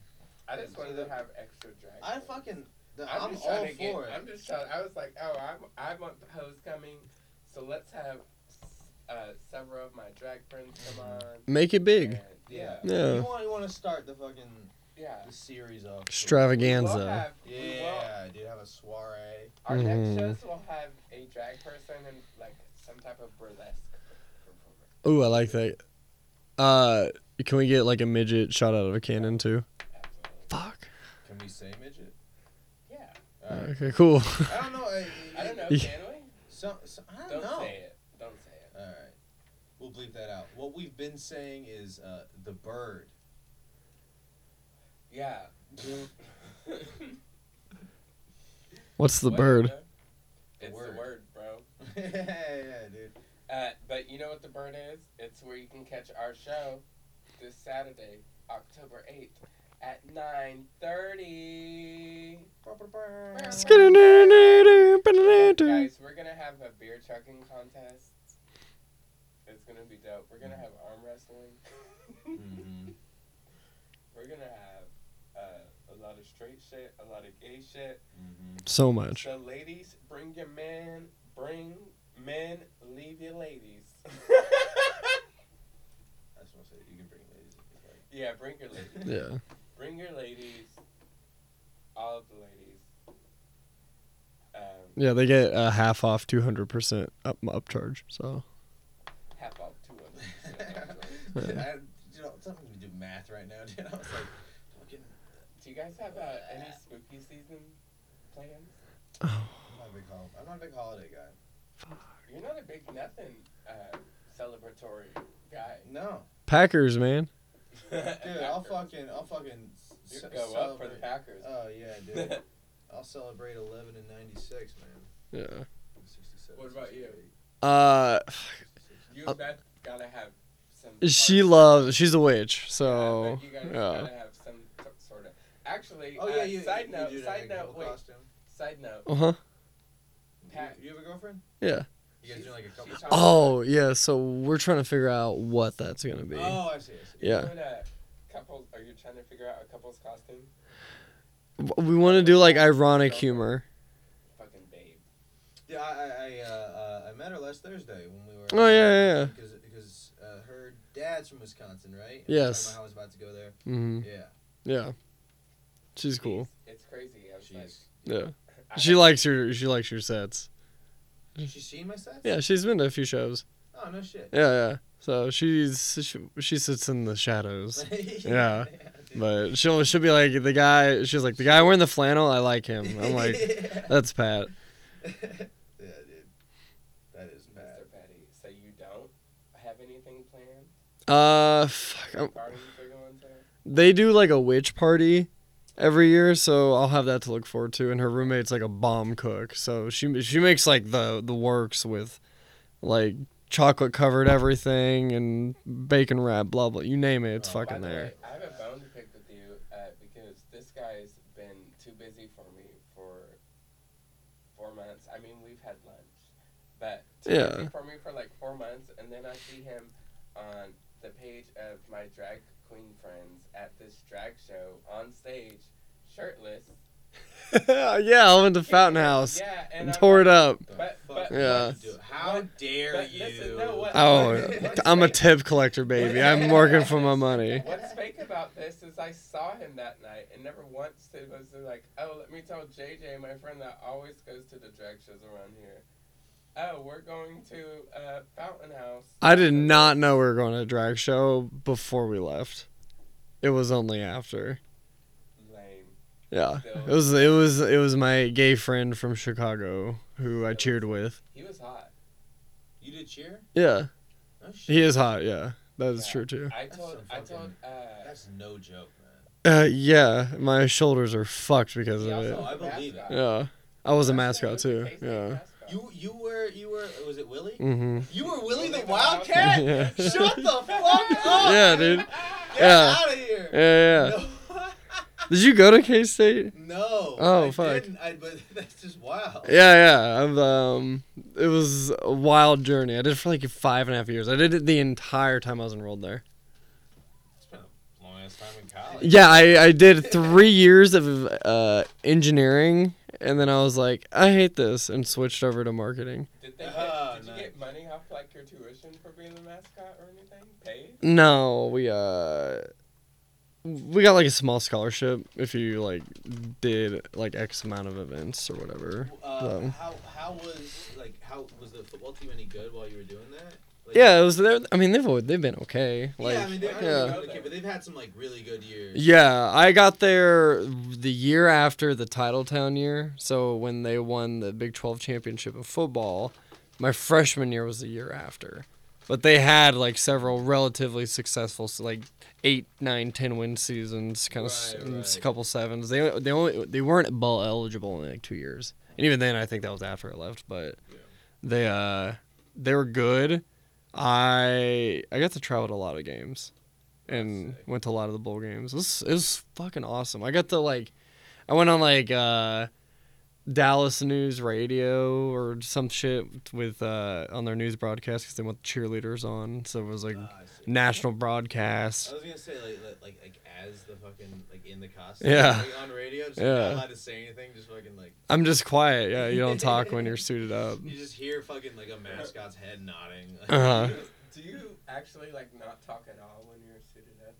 Speaker 1: I just wanted to have extra drag.
Speaker 2: I
Speaker 1: queens.
Speaker 2: fucking, the,
Speaker 1: I'm,
Speaker 2: I'm,
Speaker 1: just
Speaker 2: all
Speaker 1: trying
Speaker 2: for
Speaker 1: to get,
Speaker 2: it.
Speaker 1: I'm just trying. I was like, oh, I'm, I want the hoes coming, so let's have uh, several of my drag friends come on.
Speaker 3: Make it big.
Speaker 1: and- yeah,
Speaker 3: Yeah.
Speaker 2: You want you want to start the fucking
Speaker 1: yeah.
Speaker 2: the series off.
Speaker 1: We'll
Speaker 3: Extravaganza.
Speaker 1: have, we will
Speaker 2: Yeah, dude, have a soiree.
Speaker 1: Our
Speaker 3: Mhm.
Speaker 1: next shows will have a drag person and like some type of burlesque. performer.
Speaker 3: Ooh, I like that. Uh, can we get like a midget shot out of a cannon too?
Speaker 1: Absolutely.
Speaker 3: Fuck.
Speaker 2: Can we say midget?
Speaker 1: Yeah.
Speaker 2: Alright.
Speaker 3: Okay, cool.
Speaker 2: I don't know. I,
Speaker 1: I don't know.
Speaker 3: Yeah.
Speaker 1: Can we?
Speaker 2: So, so, I don't,
Speaker 1: Don't
Speaker 2: know.
Speaker 1: say it. Don't say it.
Speaker 2: All right, we'll bleep that out. What we've been saying is uh, the bird.
Speaker 1: Yeah.
Speaker 3: What's the
Speaker 1: What
Speaker 3: bird?
Speaker 1: the- It's
Speaker 2: Word.
Speaker 1: the word, bro.
Speaker 2: yeah, yeah, dude.
Speaker 1: Uh, but you know what the bird is? It's where you can catch our show this Saturday, October eighth, at nine thirty.
Speaker 3: Skidoo-doo-doo-doo,
Speaker 1: Guys, we're gonna have a beer chugging contest. It's gonna be dope. We're gonna have arm wrestling.
Speaker 2: Mhm.
Speaker 1: we're gonna have uh, a lot of straight shit, a lot of gay shit.
Speaker 2: Mhm.
Speaker 3: So much.
Speaker 1: So ladies, bring your man. Bring men. Leave your ladies.
Speaker 2: I just want to say you can bring ladies. If you'd like.
Speaker 1: yeah, bring your ladies.
Speaker 3: Yeah.
Speaker 1: Bring your ladies. All of the ladies. Um,
Speaker 3: Yeah, they get a half off 200% up upcharge. So,
Speaker 1: half off two of them.
Speaker 2: I, you know, it's not gonna do math right now, dude. I was like, fucking,
Speaker 1: Do you guys have uh, any spooky season plans?
Speaker 2: I'm not a big hol- I'm not a big holiday guy.
Speaker 1: You're not a big nothing uh, celebratory guy.
Speaker 2: No,
Speaker 3: Packers, man.
Speaker 2: dude, I'll fucking, I'll fucking.
Speaker 1: You
Speaker 2: s-
Speaker 1: go up for the
Speaker 2: celebrate-
Speaker 1: Packers.
Speaker 2: Oh yeah, dude. I'll celebrate 11 and 96, man.
Speaker 3: Yeah.
Speaker 2: 67,
Speaker 1: What about you?
Speaker 2: 68,
Speaker 3: Uh,
Speaker 1: you
Speaker 3: Uh,
Speaker 1: Beth gotta have some.
Speaker 3: she
Speaker 1: party.
Speaker 3: loves. She's a witch.
Speaker 1: Yeah,
Speaker 3: So,
Speaker 1: but you guys
Speaker 3: yeah.
Speaker 1: gotta have some t- sort of. Actually,
Speaker 2: Oh yeah,
Speaker 1: uh,
Speaker 2: you.
Speaker 1: side
Speaker 2: you
Speaker 1: note.
Speaker 2: do that
Speaker 1: side
Speaker 2: big
Speaker 1: note.
Speaker 2: whole
Speaker 1: Wait.
Speaker 2: costume.
Speaker 1: Side note.
Speaker 3: Uh huh.
Speaker 1: Pat-
Speaker 2: You, you have a girlfriend?
Speaker 3: Yeah.
Speaker 2: You guys doing like a couple?
Speaker 1: She's- she's
Speaker 3: Oh yeah. So we're trying to figure out what that's gonna be.
Speaker 2: Oh, I see. I see.
Speaker 1: You
Speaker 3: Yeah.
Speaker 1: doing a couple- Are you trying to figure out a couple's costume?
Speaker 3: W- We want to do like ironic humor.
Speaker 1: Fucking babe.
Speaker 2: Yeah, I, I, I, uh, uh, I met her last Thursday when we were.
Speaker 3: Oh, yeah, yeah, yeah.
Speaker 2: Because, because uh, her dad's from Wisconsin, right? And we were
Speaker 3: Yes.
Speaker 2: talking about how I was about to go there.
Speaker 3: hmm
Speaker 2: Yeah.
Speaker 3: Yeah. She's cool.
Speaker 1: It's crazy. I was
Speaker 2: She's.
Speaker 3: Yeah.
Speaker 1: like, I-
Speaker 3: She likes your. She likes your sets.
Speaker 2: She's seen my sets.
Speaker 3: Yeah. She's been to a few shows.
Speaker 2: Oh no shit.
Speaker 3: Yeah. Yeah. So she's she, she sits in the shadows. Yeah,
Speaker 2: dude.
Speaker 3: But um, she'll she'll be like the guy. She's like the guy wearing the flannel. I like him. I'm like
Speaker 2: yeah,
Speaker 3: that's Pat.
Speaker 2: dude. That is bad.
Speaker 1: Mr. Petty. So you don't have anything planned?
Speaker 3: Uh, fuck. I'm-
Speaker 1: Parties are going to?
Speaker 3: they do like a witch party every year, so I'll have that to look forward to. And her roommate's like a bomb cook, so she she makes like the the works with like chocolate covered everything and bacon wrap, blah blah. You name it, it's
Speaker 2: Oh,
Speaker 1: By
Speaker 3: fucking
Speaker 1: the
Speaker 3: there.
Speaker 1: way, I have a bone to pick with you uh, because this guy's been too busy for me for four months. I mean, we've had lunch, but too
Speaker 3: Yeah.
Speaker 1: busy for me for like four months, and then I see him on the page of my drag queen friends at this drag show on stage, shirtless.
Speaker 3: yeah, I went to Fountain House
Speaker 1: Yeah, and
Speaker 3: and
Speaker 1: I'm
Speaker 3: tore
Speaker 1: like,
Speaker 3: it up.
Speaker 2: The
Speaker 1: But-
Speaker 2: fuck
Speaker 1: but-
Speaker 3: Yeah.
Speaker 2: do it? How
Speaker 1: But-
Speaker 2: dare
Speaker 1: but
Speaker 2: you?
Speaker 1: listen, no, what-
Speaker 3: Oh,
Speaker 1: What's
Speaker 3: I'm a
Speaker 1: fake-
Speaker 3: tip collector, baby. I'm working for my money.
Speaker 1: What's fake about this is I saw him that night and never once did was it like, oh, let me tell JJ, my friend that always goes to the drag shows around here. Oh, we're going to uh, Fountain House.
Speaker 3: I did not know we were going to a drag show before we left. It was only after.
Speaker 1: Lame.
Speaker 3: Yeah, it was it was it was my gay friend from Chicago who I cheered with.
Speaker 1: He was hot.
Speaker 2: you did cheer?
Speaker 3: Yeah,
Speaker 2: No shit.
Speaker 3: he is hot. Yeah, that is
Speaker 1: Yeah.
Speaker 3: true too.
Speaker 1: I
Speaker 2: That's
Speaker 1: told,
Speaker 2: so
Speaker 1: I
Speaker 2: fucking-
Speaker 1: told, uh,
Speaker 2: That's no joke, man.
Speaker 3: Uh, yeah, my shoulders are fucked because
Speaker 1: he
Speaker 3: of
Speaker 1: also
Speaker 3: it.
Speaker 2: No, I
Speaker 1: was a
Speaker 2: believe it.
Speaker 1: mascot.
Speaker 3: Yeah, I was a
Speaker 1: That's right,
Speaker 3: mascot
Speaker 1: he was
Speaker 3: too.
Speaker 1: a K-State
Speaker 3: Yeah.
Speaker 1: mascot.
Speaker 2: You you were you were was it Willie?
Speaker 3: Mhm.
Speaker 2: You were Willie the
Speaker 1: Willie the
Speaker 2: Wildcat?
Speaker 3: Yeah.
Speaker 2: Shut the fuck up!
Speaker 3: Yeah, dude.
Speaker 2: Get
Speaker 3: yeah.
Speaker 2: out of here!
Speaker 3: Yeah, yeah. yeah.
Speaker 2: No.
Speaker 3: Did you go to K State?
Speaker 2: no.
Speaker 3: Oh,
Speaker 2: I
Speaker 3: fuck.
Speaker 2: Didn't. I, but that's just wild.
Speaker 3: Yeah, yeah. I've, um, it was a wild journey. I did it for like five and a half years. I did it the entire time I was enrolled there.
Speaker 2: It's been a long ass time in college.
Speaker 3: Yeah, I, I did three years of uh, engineering, and then I was like, I hate this, and switched over to marketing.
Speaker 1: Did they get,
Speaker 2: Oh,
Speaker 1: did
Speaker 2: nice.
Speaker 1: you get money off like your tuition for being the mascot or anything? Paid?
Speaker 3: No, we uh, we got like a small scholarship if you like did like X amount of events or whatever.
Speaker 2: Uh,
Speaker 3: Um,
Speaker 2: how how was like how was the football team any good while you were doing that? Like,
Speaker 3: Yeah, it was there. I mean, they've al- they've been okay. Like,
Speaker 2: yeah, I mean, they aren't
Speaker 3: yeah.
Speaker 2: really good, but they've had some like really good years.
Speaker 3: Yeah, I got there the year after the Titletown year. So when they won the Big 12 championship of football, my freshman year was the year after. But they had like several relatively successful, so like eight, nine, ten win seasons, kind of
Speaker 2: Right,
Speaker 3: s
Speaker 2: right.
Speaker 3: a couple sevens. They they only they weren't bowl eligible in like two years, and even then I think that was after I left. But
Speaker 2: Yeah.
Speaker 3: they uh they were good. I I got to travel to a lot of games and
Speaker 2: sick.
Speaker 3: went to a lot of the bowl games. It was, it was fucking awesome. I got to like, I went on like uh, Dallas News Radio or some shit with uh, on their news broadcast because they want the cheerleaders on, so it was like
Speaker 2: Ah, I see.
Speaker 3: national
Speaker 2: I
Speaker 3: broadcast.
Speaker 2: was gonna say like like like, like as the fucking like in the costume.
Speaker 3: Yeah.
Speaker 2: Like, on radio, just
Speaker 3: Yeah.
Speaker 2: not allowed to say anything. Just fucking like
Speaker 3: I'm just quiet. Yeah, you don't talk when you're suited up.
Speaker 2: you just hear fucking like a mascot's head nodding.
Speaker 3: Uh-huh.
Speaker 1: Do you actually like not talk at all when you're suited up?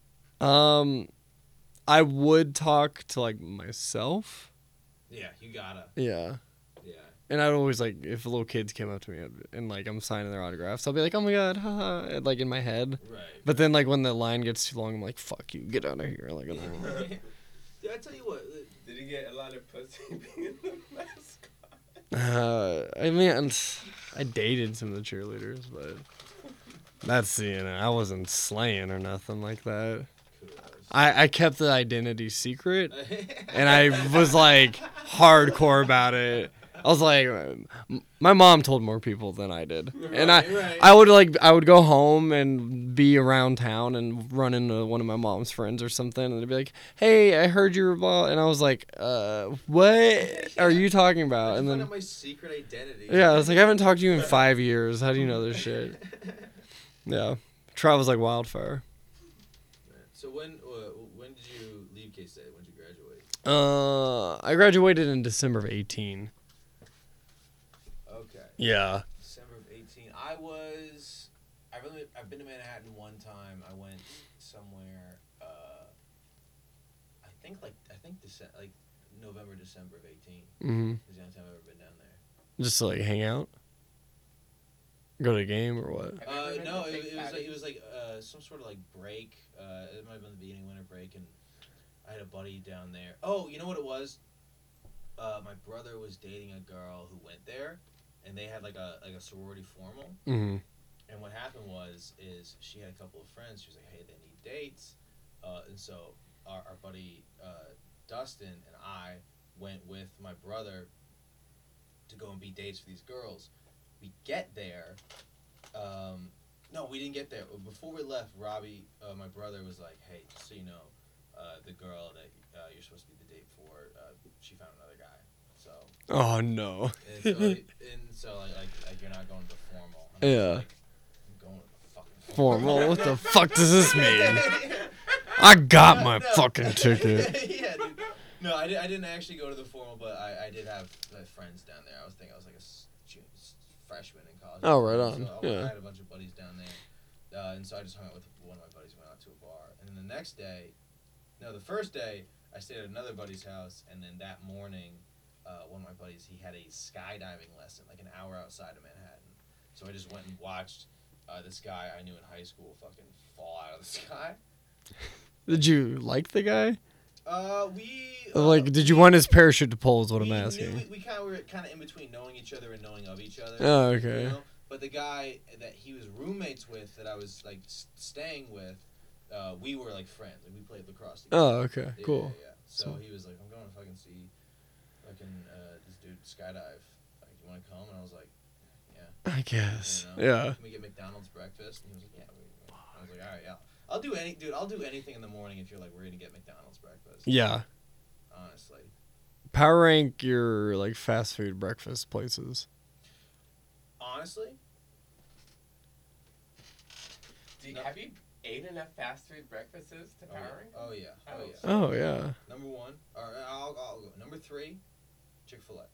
Speaker 3: Um, I would talk to like myself.
Speaker 2: yeah, you gotta.
Speaker 3: Yeah.
Speaker 2: Yeah.
Speaker 3: And I'd always like if little kids came up to me and like I'm signing their autographs, I'll be like, "Oh my god!" haha," and, like in my head.
Speaker 2: Right.
Speaker 3: But then like when the line gets too long, I'm like, "Fuck you, get out of here!" Like, I'm like-
Speaker 2: Dude, I tell you what. uh,
Speaker 1: Did he get a lot of pussy being the mascot?
Speaker 3: uh, I mean, I'm- I dated some of the cheerleaders, but that's you know, I wasn't slaying or nothing like that.
Speaker 2: kudos.
Speaker 3: I I kept the identity secret, Uh, and I was like hardcore about it. I was like, m- my mom told more people than I did, and I.
Speaker 2: Right, right.
Speaker 3: I would like I would go home and be around town and run into one of my mom's friends or something, and they'd be like, "Hey, I heard you were blah," and I was like, "Uh, what are you talking
Speaker 2: I
Speaker 3: about?"
Speaker 2: just
Speaker 3: And then
Speaker 2: found out my secret identity.
Speaker 3: yeah, I was like, "I haven't talked to you in five years. How do you know this shit?" Yeah, travels like wildfire.
Speaker 2: so when uh, when did you leave K State? When did you graduate?
Speaker 3: Uh, I graduated in December of eighteen.
Speaker 2: Okay,
Speaker 3: Yeah.
Speaker 2: December of eighteen. I was. I really. I've been to Manhattan one time. I went somewhere. Uh, I think like I think Dece- like November December of eighteen
Speaker 3: Mm-hmm.
Speaker 2: is the only time I've ever been down there.
Speaker 3: Just to like hang out, go to a game or what?
Speaker 1: Have you ever
Speaker 2: Uh,
Speaker 1: been
Speaker 2: no,
Speaker 1: to
Speaker 2: it,
Speaker 1: Big
Speaker 2: it was like it
Speaker 1: Patty's?
Speaker 2: was like uh, some sort of like break. Uh, it might have been the beginning of winter break, and I had a buddy down there. Oh, you know what it was? Uh, my brother was dating a girl who went there, and they had like a like a sorority formal.
Speaker 3: Mm-hmm.
Speaker 2: And what happened was, is she had a couple of friends. She was like, "Hey, they need dates," uh, and so our, our buddy uh, Dustin and I went with my brother to go and be dates for these girls. We get there. Um, no, we didn't get there. Before we left, Robbie, uh, my brother, was like, "Hey, just so you know, uh, the girl that uh, you're supposed to be the date for, uh, she found another guy." So
Speaker 3: Oh no.
Speaker 2: and so, like, and so like, like, like you're not going to the formal. And I was
Speaker 3: Yeah.
Speaker 2: like, I'm going to the fucking
Speaker 3: platform. Well, what the fuck does this mean? I got my
Speaker 2: No, no.
Speaker 3: fucking ticket.
Speaker 2: yeah, dude. No, I, did, I didn't actually go to the formal, but I, I did have like, friends down there. I was thinking I was like a s- ju- s- freshman in college.
Speaker 3: Oh, right on.
Speaker 2: So I,
Speaker 3: Yeah.
Speaker 2: I had a bunch of buddies down there, uh, and so I just hung out with one of my buddies. Went out to a bar, and then the next day, no, the first day I stayed at another buddy's house, and then that morning, uh, one of my buddies he had a skydiving lesson, like an hour outside of Manhattan. So I just went and watched uh, this guy I knew in high school fucking fall out of the sky.
Speaker 3: Did you like the guy?
Speaker 2: Uh, we uh,
Speaker 3: Like, did you want his parachute to pull? Is what I'm
Speaker 2: we knew-
Speaker 3: asking.
Speaker 2: we kind of were kind of in between knowing each other and knowing of each other.
Speaker 3: Oh,
Speaker 2: you
Speaker 3: okay.
Speaker 2: know? But the guy that he was roommates with, that I was like s- staying with, uh, we were like friends. Like we played lacrosse. Together.
Speaker 3: Oh, okay.
Speaker 2: Yeah,
Speaker 3: Cool.
Speaker 2: Yeah, yeah. So he was like, "I'm going to fucking see, fucking uh, this dude skydive. Like, you want to come?" And I was like,
Speaker 3: I guess.
Speaker 2: you know,
Speaker 3: Yeah.
Speaker 2: Can we get McDonald's breakfast? And he was like, "Yeah." We, we-" I was like, "All right, yeah." I'll do any, dude. I'll do anything in the morning if you're like, we're gonna get McDonald's breakfast.
Speaker 3: Yeah.
Speaker 2: Honestly.
Speaker 3: Power rank your like fast food breakfast places.
Speaker 2: Honestly.
Speaker 1: Do you, have you ate enough fast food breakfasts to
Speaker 2: Oh yeah.
Speaker 1: power?
Speaker 2: Oh yeah. Oh yeah.
Speaker 3: Oh yeah.
Speaker 2: Number one, or uh, I'll, I'll go. Number three, Chick Fil A.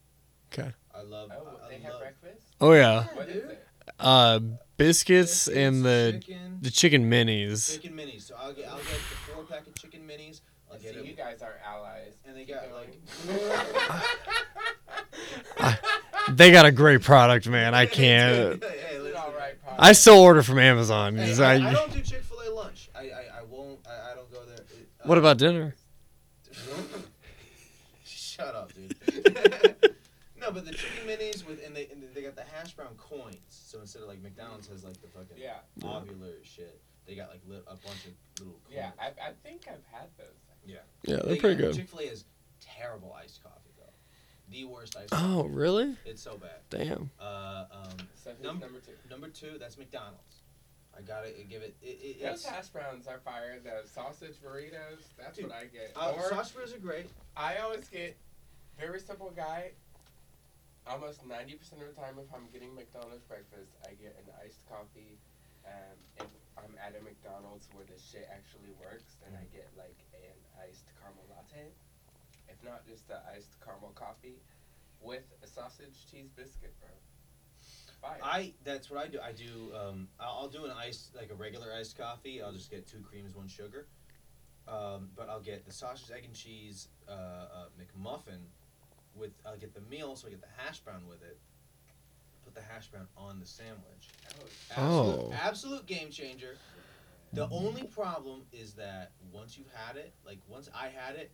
Speaker 3: 'Kay.
Speaker 2: I love.
Speaker 1: Oh,
Speaker 2: I, I
Speaker 1: they have
Speaker 2: love,
Speaker 1: breakfast.
Speaker 3: Oh yeah.
Speaker 1: What is
Speaker 2: dude.
Speaker 1: it?
Speaker 3: Uh, biscuits and the
Speaker 2: chicken,
Speaker 3: the chicken minis.
Speaker 2: chicken minis. So I'll get I'll get the four pack of chicken minis. I'll get
Speaker 1: See, you
Speaker 2: it.
Speaker 1: guys are allies.
Speaker 2: And they
Speaker 1: Keep
Speaker 2: got,
Speaker 1: going.
Speaker 3: They got a great product, man. I can't.
Speaker 2: Hey, hey,
Speaker 1: It's an
Speaker 2: listen.
Speaker 1: alright product.
Speaker 3: I still order from Amazon. 'cause
Speaker 2: Hey, I, I
Speaker 3: I,
Speaker 2: don't do Chick Fil A lunch. I, I, I won't. I, I don't go there. It- uh,
Speaker 3: what about dinner?
Speaker 2: Shut up, dude. no, but the chicken minis with and they and they got the hash brown coins. So instead of like McDonald's has like the fucking
Speaker 1: Yeah.
Speaker 2: ovular shit, they got like lit, a bunch of little. Coins.
Speaker 1: Yeah, I, I think I've had those.
Speaker 3: Yeah, they're pretty good.
Speaker 2: Chick Fil A is terrible iced coffee though. The worst iced.
Speaker 3: Oh
Speaker 2: coffee.
Speaker 3: really?
Speaker 2: It's so bad.
Speaker 3: Damn.
Speaker 2: Uh, um,
Speaker 1: So who's
Speaker 2: Num-
Speaker 1: number two?
Speaker 2: number two, that's McDonald's. I gotta uh, give it. it, it
Speaker 1: Those
Speaker 2: it's,
Speaker 1: hash browns are fire. The sausage burritos. That's
Speaker 2: Dude,
Speaker 1: what I get.
Speaker 2: uh,
Speaker 1: or
Speaker 2: sausage rolls are great.
Speaker 1: I always get very simple guy. Almost ninety percent of the time, if I'm getting McDonald's breakfast, I get an iced coffee. Um, if I'm at a McDonald's where the shit actually works, then I
Speaker 2: Mm.
Speaker 1: get like an iced caramel latte. If not, just the iced caramel coffee with a sausage cheese biscuit, bro. Fire.
Speaker 2: I that's what I do. I do. Um, I'll, I'll do an iced like a regular iced coffee. I'll just get two creams, one sugar. Um, but I'll get the sausage, egg, and cheese uh, uh, McMuffin with. I'll get the meal, so I get the hash brown with it. Put the hash brown on the sandwich.
Speaker 1: Oh,
Speaker 2: Absolute,
Speaker 3: Oh.
Speaker 2: absolute game changer. The only problem is that once you've had it, like once I had it,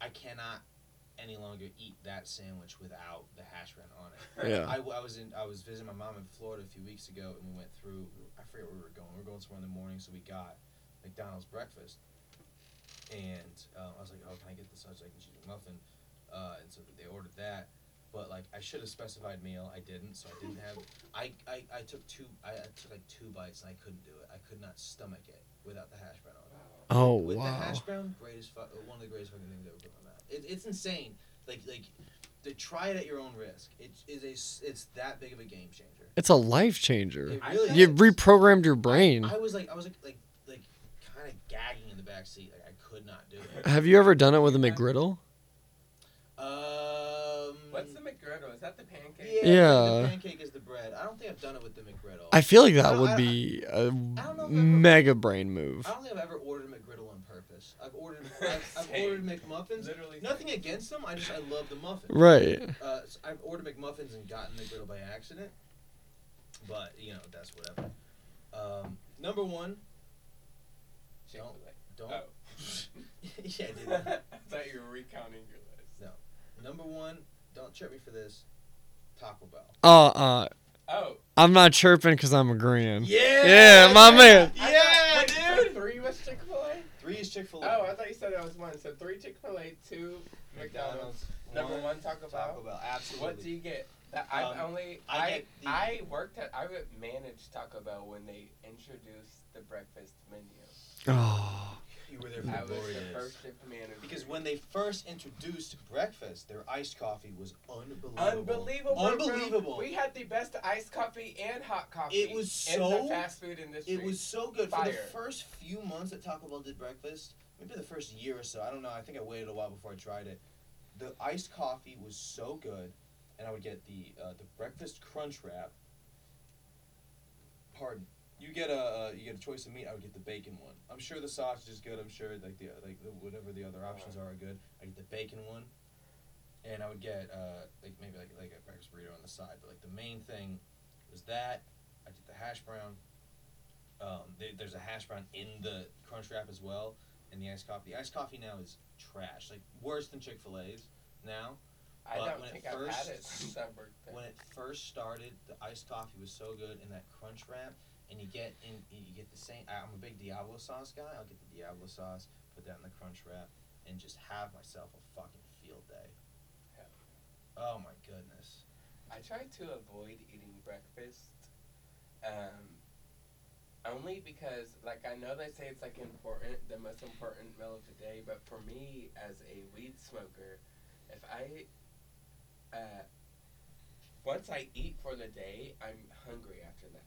Speaker 2: I cannot any longer eat that sandwich without the hash brown on it.
Speaker 3: Yeah.
Speaker 2: I, I was in I was visiting my mom in Florida a few weeks ago, and we went through. I forget where we were going. We were going somewhere in the morning, so we got McDonald's breakfast. And um, I was like, "Oh, can I get the sausage egg and cheese muffin?" Uh, and so they ordered that. But like, I should have specified meal. I didn't, so I didn't have. I, I, I took two. I, I took like two bites, and I couldn't do it. I could not stomach it without the hash brown on it.
Speaker 3: Oh
Speaker 2: With the
Speaker 3: wow.
Speaker 2: hash brown, greatest fu- one of the greatest fucking things I've ever put in my mouth. It, it's insane. Like like, to try it at your own risk. It is a s- it's that big of a game changer.
Speaker 3: It's a life changer.
Speaker 2: It really
Speaker 3: You
Speaker 2: is.
Speaker 3: reprogrammed your brain.
Speaker 2: I was like I was like like like kind of gagging in the back seat. Like I could not do it.
Speaker 3: Have you ever done it with a McGriddle?
Speaker 2: Um.
Speaker 1: What's the McGriddle? Is that the pancake?
Speaker 2: yeah,
Speaker 3: Yeah.
Speaker 2: The pancake is the bread. I don't think I've done it with the McGriddle.
Speaker 3: I feel like
Speaker 2: I
Speaker 3: that
Speaker 2: don't- I-
Speaker 3: would be a
Speaker 2: don't know if I've ever-
Speaker 3: mega brain move.
Speaker 2: I don't think I've ever ordered McGriddle on purpose. I've ordered I've, I've
Speaker 1: Same.
Speaker 2: ordered McMuffins.
Speaker 1: Literally.
Speaker 2: Nothing against them. I just I love the muffin.
Speaker 3: Right.
Speaker 2: Uh, so I've ordered McMuffins and gotten the griddle by accident, but you know that's whatever. Um, number one,
Speaker 1: Chick-fil-A.
Speaker 2: don't.
Speaker 1: Oh.
Speaker 2: yeah, dude.
Speaker 1: I thought you were recounting your list.
Speaker 2: number one, don't trip me for this. Taco Bell.
Speaker 3: Uh uh.
Speaker 1: Oh.
Speaker 3: I'm not chirping because I'm agreeing.
Speaker 2: Yeah.
Speaker 3: Yeah, my man.
Speaker 1: I
Speaker 2: Yeah,
Speaker 1: thought- wait, so
Speaker 2: dude.
Speaker 1: three was Chick Fil A.
Speaker 2: Three is Chick Fil A.
Speaker 1: Oh, I thought you said that was one. So three Chick Fil A, two McDonald's. Number one Taco Bell.
Speaker 2: Taco Bell. Absolutely.
Speaker 1: What do you get? That I've
Speaker 2: Um,
Speaker 1: only
Speaker 2: I
Speaker 1: I
Speaker 2: get the-
Speaker 1: I worked at I would manage Taco Bell when they introduced the breakfast menu.
Speaker 3: Oh.
Speaker 2: You were there for
Speaker 1: I
Speaker 2: the
Speaker 1: was
Speaker 2: glory
Speaker 1: the
Speaker 2: days.
Speaker 1: first shift manager.
Speaker 2: Because when they first introduced breakfast, their iced coffee was unbelievable.
Speaker 1: Unbelievable. bro.
Speaker 2: Unbelievable.
Speaker 1: We had the best iced coffee and hot coffee.
Speaker 2: It was
Speaker 1: in
Speaker 2: so-
Speaker 1: the fast food industry.
Speaker 2: It was so good for the
Speaker 1: Fire.
Speaker 2: first few months that Taco Bell did breakfast. Maybe the first year or so. I don't know. I think I waited a while before I tried it. The iced coffee was so good, and I would get the uh, the breakfast crunch wrap. Pardon. You get a uh, you get a choice of meat. I would get the bacon one. I'm sure the sausage is good. I'm sure like the like the, whatever the other options are are good. I get the bacon one, and I would get uh, like maybe like like a breakfast burrito on the side. But like the main thing was that I did the hash brown. Um, they, there's a hash brown in the crunch wrap as well, and the iced coffee. The iced coffee now is trash, like worse than Chick Fil A's now.
Speaker 1: I
Speaker 2: but
Speaker 1: don't
Speaker 2: when it
Speaker 1: think I've had
Speaker 2: first-
Speaker 1: it since I worked there.
Speaker 2: When it first started, the iced coffee was so good, and that crunch wrap, and you get in, you get the same. I- I'm a big Diablo sauce guy. I'll get the Diablo sauce, put that in the crunch wrap, and just have myself a fucking field day.
Speaker 1: Hell.
Speaker 2: Oh my goodness.
Speaker 1: I try to avoid eating breakfast, um, only because, like, I know they say it's like important, the most important meal of the day, but for me as a weed smoker, if I, uh, once I eat for the day, I'm hungry after that.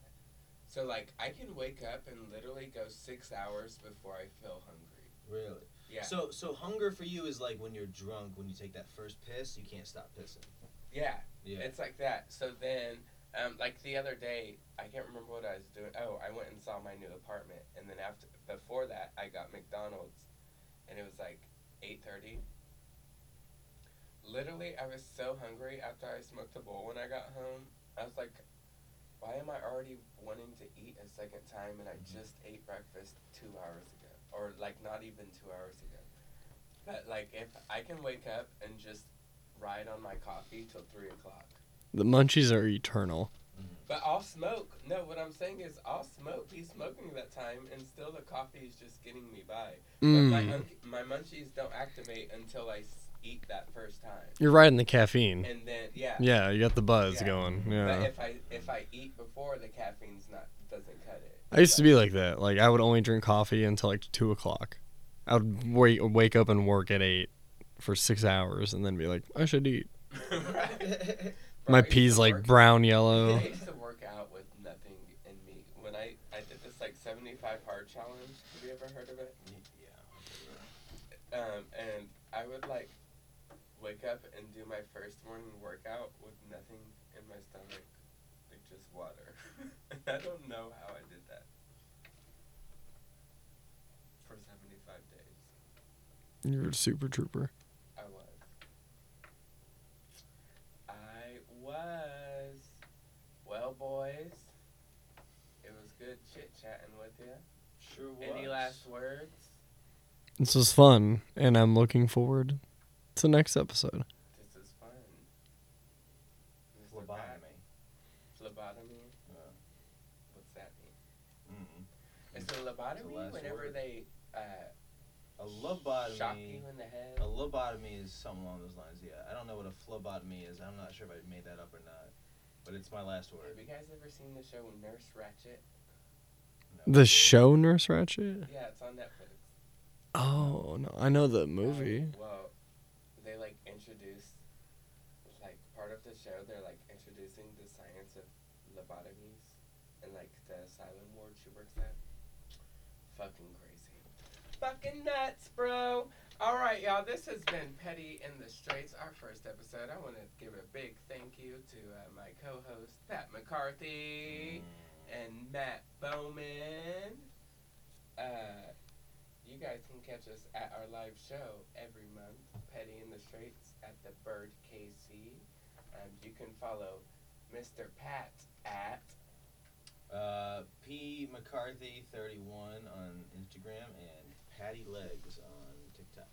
Speaker 1: So like, I can wake up and literally go six hours before I feel hungry.
Speaker 2: Really.
Speaker 1: Yeah.
Speaker 2: So so hunger for you is like when you're drunk, when you take that first piss, you can't stop pissing.
Speaker 1: yeah.
Speaker 2: Yeah.
Speaker 1: It's like that. So then, um, like the other day, I can't remember what I was doing. Oh, I went and saw my new apartment, and then after before that, I got McDonald's, and it was like eight thirty. Literally, I was so hungry after I smoked a bowl when I got home. I was like, "Why am I already wanting to eat a second time?" And I
Speaker 2: Mhm.
Speaker 1: just ate breakfast two hours ago, or like not even two hours ago. But like, if I can wake up and just ride on my coffee till three o'clock.
Speaker 3: The munchies are eternal.
Speaker 1: But I'll smoke. No, what I'm saying is I'll smoke. Be smoking that time, and still the coffee is just getting me by. But my,
Speaker 3: Mm,
Speaker 1: un- my munchies don't activate until I s- eat that first time,
Speaker 3: you're riding the caffeine.
Speaker 1: and then yeah.
Speaker 3: Yeah, you got the buzz
Speaker 1: Yeah.
Speaker 3: going.
Speaker 1: But
Speaker 3: Yeah.
Speaker 1: if I if I eat before the caffeine's not doesn't cut it.
Speaker 3: I used to be like that. Like I would only drink coffee until like two o'clock. I would wait, wake up and work at eight for six hours, and then be like, I should eat.
Speaker 1: Right? Bro,
Speaker 3: My
Speaker 1: I used to
Speaker 3: pee's like
Speaker 1: work-
Speaker 3: brown yellow.
Speaker 1: I used to work out with nothing in me. When I I did this like 75 hard challenge. Have you ever heard of it? Um, and I would like wake up and do my first morning workout with nothing in my stomach, like just water. and I don't know how I did that for 75 days.
Speaker 3: You're a super trooper.
Speaker 1: I was. I was. Well, boys, it was good chit chatting with you.
Speaker 2: Sure was.
Speaker 1: Any last words?
Speaker 3: This was fun, and I'm looking forward to next episode.
Speaker 1: This is fun. Mr.
Speaker 2: Lobotomy.
Speaker 1: Phlebotomy? Uh,
Speaker 2: Yeah.
Speaker 1: What's that mean?
Speaker 2: Mm-mm.
Speaker 1: It's a lobotomy
Speaker 2: Hmm. last
Speaker 1: whenever
Speaker 2: word.
Speaker 1: they uh,
Speaker 2: A
Speaker 1: shock
Speaker 2: lobotomy.
Speaker 1: you in the head.
Speaker 2: A lobotomy is something along those lines. Yeah. I don't know what a phlebotomy is. I'm not sure if I made that up or not. But it's my last
Speaker 1: Have
Speaker 2: word.
Speaker 1: you guys ever seen the show Nurse Ratchet?
Speaker 2: No.
Speaker 3: The show Nurse Ratchet?
Speaker 1: Yeah, it's on Netflix.
Speaker 3: Oh no, I know the movie.
Speaker 1: Um, Well, they like introduce, like part of the show, they're like introducing the science of lobotomies and like the asylum ward she works at. Fucking crazy. Fucking nuts, bro. All right, y'all. This has been Petty in the Straits, our first episode. I want to give a big thank you to uh, my co-host Pat
Speaker 2: Mm.
Speaker 1: McCarthy and Matt Bowman. Uh, you guys can catch us at our live show every month, Petty in the Straits at the Bird KC. Um, you can follow Mr. Pat at
Speaker 2: Uh, P McCarthy 31 on Instagram and Patty Legs on TikTok.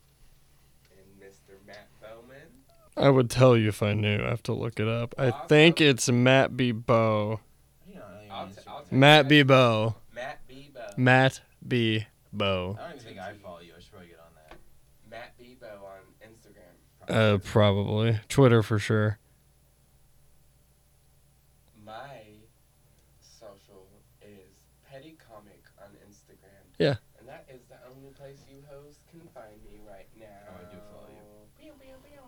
Speaker 1: and Mr. Matt Bowman.
Speaker 3: I would tell you if I knew. I have to look it up. I think it's Matt B. Bow.
Speaker 2: I do not know your
Speaker 1: I'll
Speaker 2: Instagram.
Speaker 1: t- I'll t-
Speaker 3: Matt B. Bow.
Speaker 1: Matt Bebo.
Speaker 3: Matt B. Bow.
Speaker 2: I don't even think I follow you. I should probably get on that.
Speaker 1: Matt Bebo on Instagram.
Speaker 3: Uh, probably Twitter for sure.
Speaker 1: My social is Petty Comic on Instagram.
Speaker 3: Yeah.
Speaker 1: And And that is the only place you hoes can find me right now.
Speaker 2: Oh, I do follow you.
Speaker 1: Pew, pew, pew.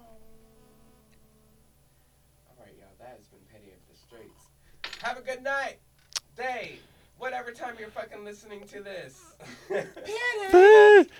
Speaker 1: All right, y'all. That has been Petty of the Streets. Have a good night, day, whatever time you're fucking listening to this.
Speaker 3: Bye.